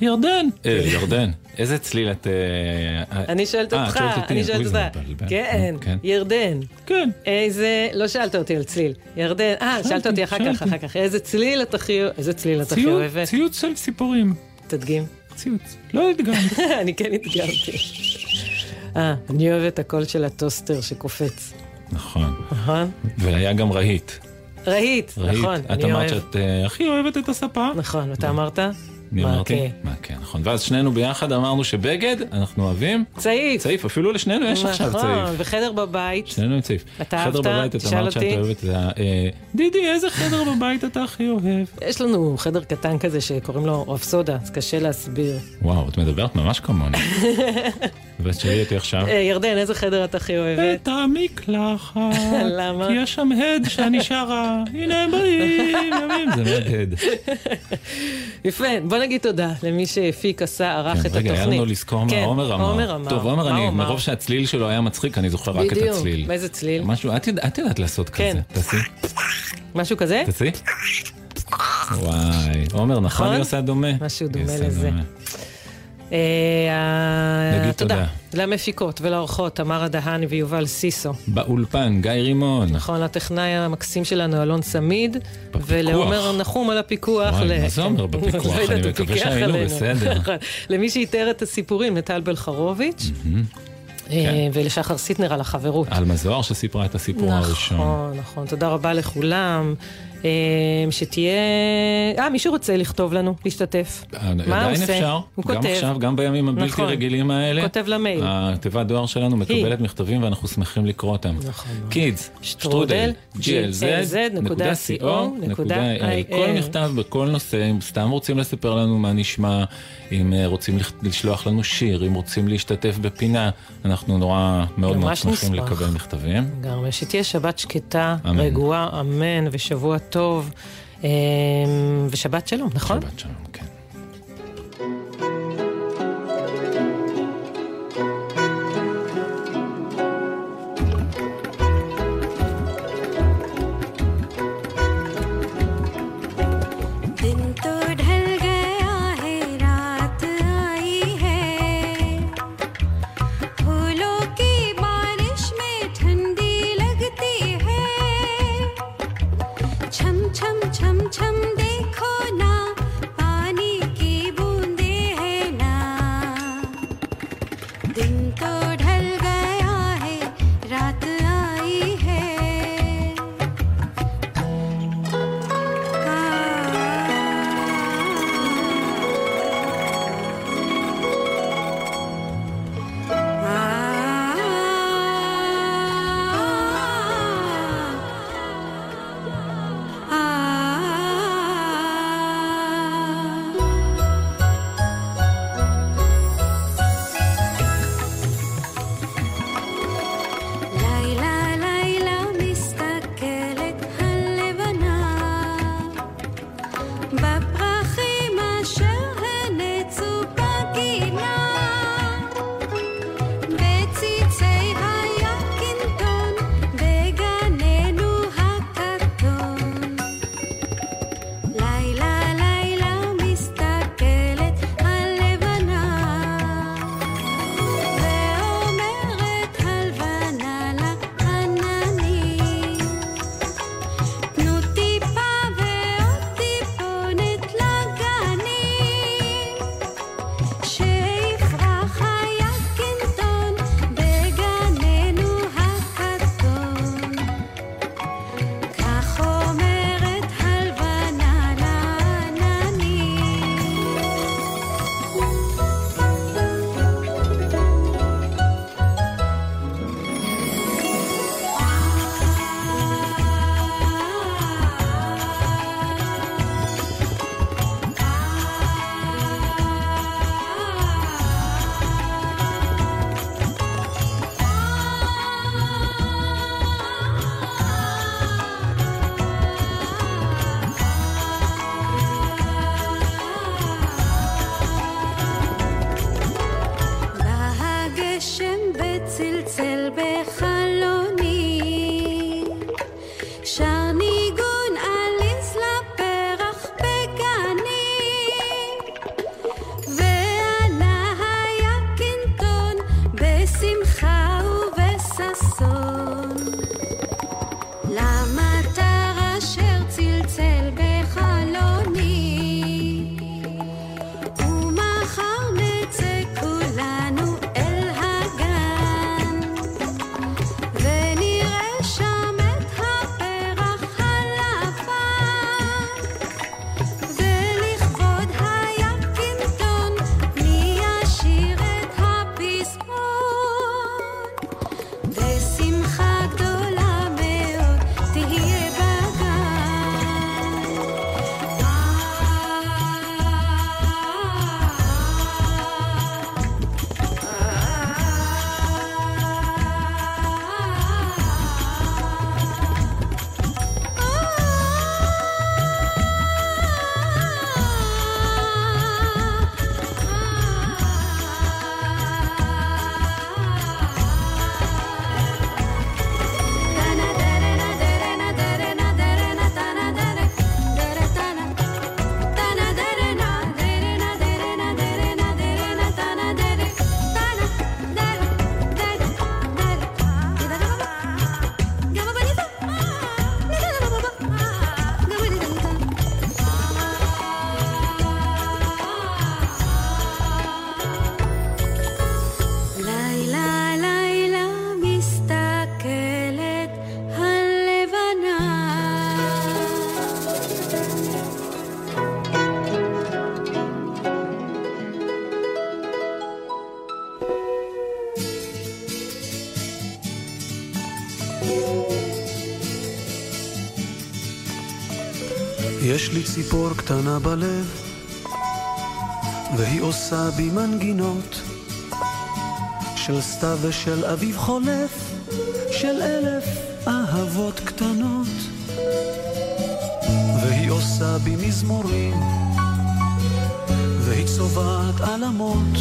[SPEAKER 4] ירדן. אה, ירדן. איזה צליל את... אה,
[SPEAKER 3] אני שואלת
[SPEAKER 4] אה, את
[SPEAKER 3] אותך,
[SPEAKER 4] שואלת אותי,
[SPEAKER 3] אני
[SPEAKER 4] אוי,
[SPEAKER 3] שואלת
[SPEAKER 4] זה
[SPEAKER 3] אותך.
[SPEAKER 4] מבלבל.
[SPEAKER 3] כן,
[SPEAKER 4] נו, כן.
[SPEAKER 3] ירדן.
[SPEAKER 4] כן.
[SPEAKER 3] איזה, לא שאלת אותי על צליל. ירדן, אה, שאלת אותי אחר כך, אחר כך. איזה צליל את הכי, איזה צליל את הכי
[SPEAKER 4] ציוץ-
[SPEAKER 3] אוהבת?
[SPEAKER 4] ציוץ של ציפורים.
[SPEAKER 3] תדגים.
[SPEAKER 4] ציוץ. לא הדגמתי.
[SPEAKER 3] אני כן הדגמתי. אה, אני אוהבת את הקול של הטוסטר שקופץ.
[SPEAKER 4] נכון.
[SPEAKER 3] נכון?
[SPEAKER 4] והיה גם רהיט.
[SPEAKER 3] רהיט,
[SPEAKER 4] רהיט.
[SPEAKER 3] נכון,
[SPEAKER 4] את
[SPEAKER 3] אני
[SPEAKER 4] אמרת
[SPEAKER 3] אוהב.
[SPEAKER 4] שאת אה, הכי אוהבת את הספה.
[SPEAKER 3] נכון, ואתה אמרת?
[SPEAKER 4] מי
[SPEAKER 3] מה,
[SPEAKER 4] אמרתי?
[SPEAKER 3] כן.
[SPEAKER 4] מכה, נכון. ואז שנינו ביחד אמרנו שבגד, אנחנו אוהבים.
[SPEAKER 3] צעיף.
[SPEAKER 4] צעיף, אפילו לשנינו יש עכשיו
[SPEAKER 3] נכון,
[SPEAKER 4] צעיף.
[SPEAKER 3] וחדר בבית.
[SPEAKER 4] שנינו עם צעיף.
[SPEAKER 3] אתה
[SPEAKER 4] חדר
[SPEAKER 3] אהבת?
[SPEAKER 4] בבית, את
[SPEAKER 3] תשאל
[SPEAKER 4] אמרת שאת
[SPEAKER 3] אותי.
[SPEAKER 4] אוהבת את ה... אה, דידי, איזה חדר בבית אתה הכי אוהב?
[SPEAKER 3] יש לנו חדר קטן כזה שקוראים לו רפסודה, אז קשה להסביר.
[SPEAKER 4] וואו, את מדברת ממש כמוני. ואת שואלי אותי עכשיו.
[SPEAKER 3] אה, ירדן, איזה חדר את הכי אוהבת?
[SPEAKER 4] את המקלחת.
[SPEAKER 3] אה. למה?
[SPEAKER 4] כי יש שם הד שאני שרה. הנה הם באים, ימים. זה מאוד הד.
[SPEAKER 3] יפה, בוא נגיד תודה למי שהפיק, עשה, ערך
[SPEAKER 4] אה. כן,
[SPEAKER 3] את
[SPEAKER 4] רגע,
[SPEAKER 3] התוכנית.
[SPEAKER 4] היה לנו לזכור מה
[SPEAKER 3] כן,
[SPEAKER 4] עומר אמר.
[SPEAKER 3] עומר אמר.
[SPEAKER 4] טוב, עומר,
[SPEAKER 3] מה
[SPEAKER 4] אני,
[SPEAKER 3] הוא אמר?
[SPEAKER 4] מרוב שהצליל שלו היה מצחיק, אני זוכר רק את הצליל.
[SPEAKER 3] בדיוק, איזה צליל?
[SPEAKER 4] משהו, את יודע- את יודעת לעשות
[SPEAKER 3] כן.
[SPEAKER 4] כזה. תעשי,
[SPEAKER 3] משהו כזה?
[SPEAKER 4] תעשי. וואי, עומר, נכון
[SPEAKER 3] נכון?
[SPEAKER 4] היא עושה דומה?
[SPEAKER 3] משהו
[SPEAKER 4] היא
[SPEAKER 3] דומה
[SPEAKER 4] עושה
[SPEAKER 3] לזה.
[SPEAKER 4] דומה.
[SPEAKER 3] אה,
[SPEAKER 4] נגיד תודה.
[SPEAKER 3] למפיקות ולאורחות, תמרה דהני ויובל סיסו.
[SPEAKER 4] באולפן, גיא רימון.
[SPEAKER 3] נכון, לטכנאי המקסים שלנו, אלון סמיד. ולעומר נחום על הפיקוח.
[SPEAKER 4] וואי,
[SPEAKER 3] ל-
[SPEAKER 4] מה זה אומר
[SPEAKER 3] כן.
[SPEAKER 4] בפיקוח?
[SPEAKER 3] לא יודעת,
[SPEAKER 4] אני
[SPEAKER 3] הוא
[SPEAKER 4] מקווה
[SPEAKER 3] פיקח
[SPEAKER 4] שהיינו
[SPEAKER 3] עלינו. נכון.
[SPEAKER 4] בסדר.
[SPEAKER 3] למי שאיתר את הסיפורים, לטל בלחרוביץ'. אה,
[SPEAKER 4] כן. אה,
[SPEAKER 3] ולשחר סיטנר על החברות.
[SPEAKER 4] עלמה זוהר שסיפרה את הסיפור הראשון.
[SPEAKER 3] נכון, נכון. תודה רבה לכולם. אה, שתהיה... אה, מישהו רוצה לכתוב לנו, להשתתף. מה הוא
[SPEAKER 4] אה, עדיין
[SPEAKER 3] עושה?
[SPEAKER 4] אפשר,
[SPEAKER 3] הוא
[SPEAKER 4] גם
[SPEAKER 3] כותב.
[SPEAKER 4] עכשיו, גם בימים הבלתי
[SPEAKER 3] נכון.
[SPEAKER 4] רגילים האלה.
[SPEAKER 3] כותב למייל.
[SPEAKER 4] התיבת דואר שלנו
[SPEAKER 3] היא. נכון.
[SPEAKER 4] מקבלת מכתבים ואנחנו שמחים לקרוא אותם. קידס, שטרודל, glz.co.il. כל מכתב בכל נושא, אם סתם רוצים לספר לנו מה נשמע, אם אה, רוצים לח- לשלוח לנו שיר, אם רוצים להשתתף בפינה, אנחנו נורא מאוד מאוד
[SPEAKER 3] ממש
[SPEAKER 4] שמחים
[SPEAKER 3] נשמח.
[SPEAKER 4] לקבל מכתבים.
[SPEAKER 3] לגמרי, שתהיה שבת שקטה,
[SPEAKER 4] אמן.
[SPEAKER 3] אמן. רגועה, אמן, ושבוע טוב, אמ, ושבת שלום, נכון? שבת
[SPEAKER 4] שלום, כן.
[SPEAKER 12] दिन तो ढल गया है रात आई है फूलों की बारिश में ठंडी लगती है छम छम छम छम देखो ना पानी की बूंदे है ना दिन तो ढल गया है रात आई है ليلى ليلى مستكلت هل بنا בפרחים אשר הנצו בגינה בציצי היקינטון בגננו הקטון לילה לילה מסתכלת הלבנה ואומרת הלבנה לעננים תנו טיפה ועוד טיפונת לגנים שיפרח היקינטון בגננו הכתום כך אומרת הלבנה לעננים והגשם בצלצל בחלוני שר ניגון עליז לפרח בגני ועלה היקינטון בשמחה ובששון למטר אשר צלצל בחלוני ומחר נצא כולנו אל הגן
[SPEAKER 13] יש לי ציפור קטנה בלב, והיא עושה בי מנגינות של סתיו ושל אביב חולף, של אלף אהבות קטנות. והיא עושה בי מזמורים, והיא צובעת עלמות,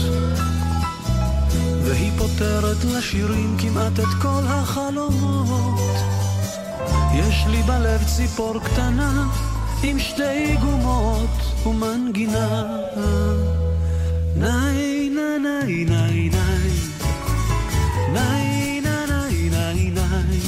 [SPEAKER 13] והיא פותרת לשירים כמעט את כל החלומות. יש לי בלב ציפור קטנה, עם שתי גומות ומנגינה. ניי ניי ניי ניי ניי ניי ניי ניי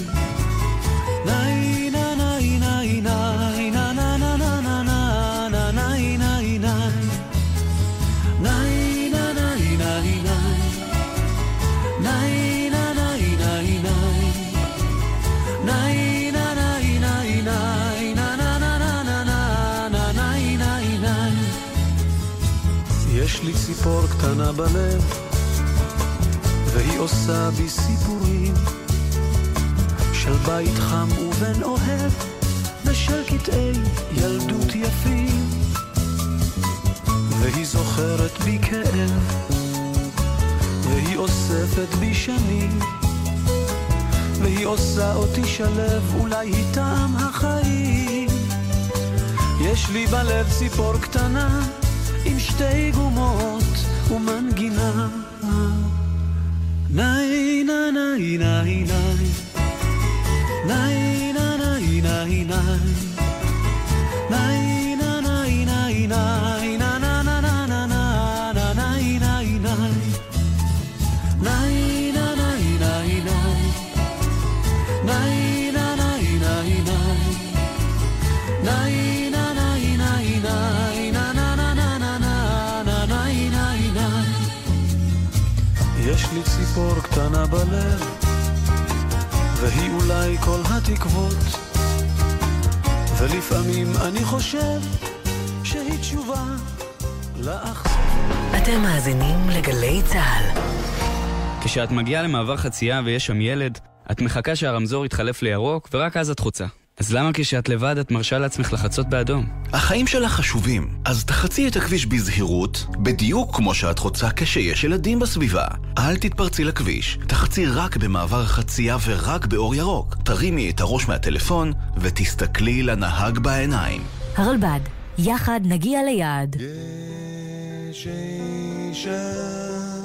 [SPEAKER 13] יש לי ציפור קטנה בלב, והיא עושה בי סיפורים של בית חם ובן אוהב, ושל קטעי ילדות יפים. והיא זוכרת בי כאב, והיא אוספת בי שנים, והיא עושה אותי שלב, אולי היא טעם החיים. יש לי בלב ציפור קטנה, עם שתי גומות ומנגינה. ניי ניי ניי ניי ניי ניי ניי ניי ניי יש לי ציפור קטנה בלב, והיא אולי כל התקוות, ולפעמים אני חושב שהיא תשובה לאכזבות.
[SPEAKER 14] אתם מאזינים לגלי צה"ל.
[SPEAKER 15] כשאת מגיעה למעבר חצייה ויש שם ילד, את מחכה שהרמזור יתחלף לירוק, ורק אז את חוצה. אז למה כשאת לבד את מרשה לעצמך לחצות באדום?
[SPEAKER 16] החיים שלך חשובים, אז תחצי את הכביש בזהירות, בדיוק כמו שאת חוצה כשיש ילדים בסביבה. אל תתפרצי לכביש, תחצי רק במעבר חצייה ורק באור ירוק. תרימי את הראש מהטלפון ותסתכלי לנהג בעיניים.
[SPEAKER 17] הרלב"ד, יחד נגיע ליעד.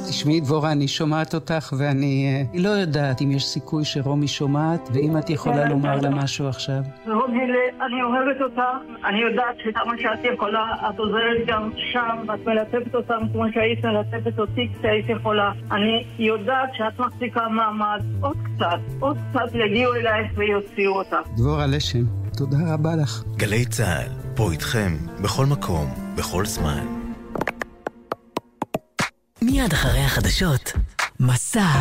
[SPEAKER 18] תשמעי דבורה, אני שומעת אותך ואני אה, לא יודעת אם יש סיכוי שרומי שומעת ואם את יכולה לומר לה משהו עכשיו.
[SPEAKER 19] רובילה, אני אוהבת אותה, אני יודעת שכמה שאת יכולה, את עוזרת גם שם, את מלטפת אותם כמו שהיית מלטפת אותי כשהיית יכולה. אני יודעת שאת מחזיקה מעמד עוד קצת, עוד קצת יגיעו אלייך ויוציאו אותך.
[SPEAKER 18] דבורה לשם, תודה רבה לך.
[SPEAKER 16] גלי צה"ל, פה איתכם, בכל מקום, בכל זמן.
[SPEAKER 14] מיד אחרי החדשות, מסע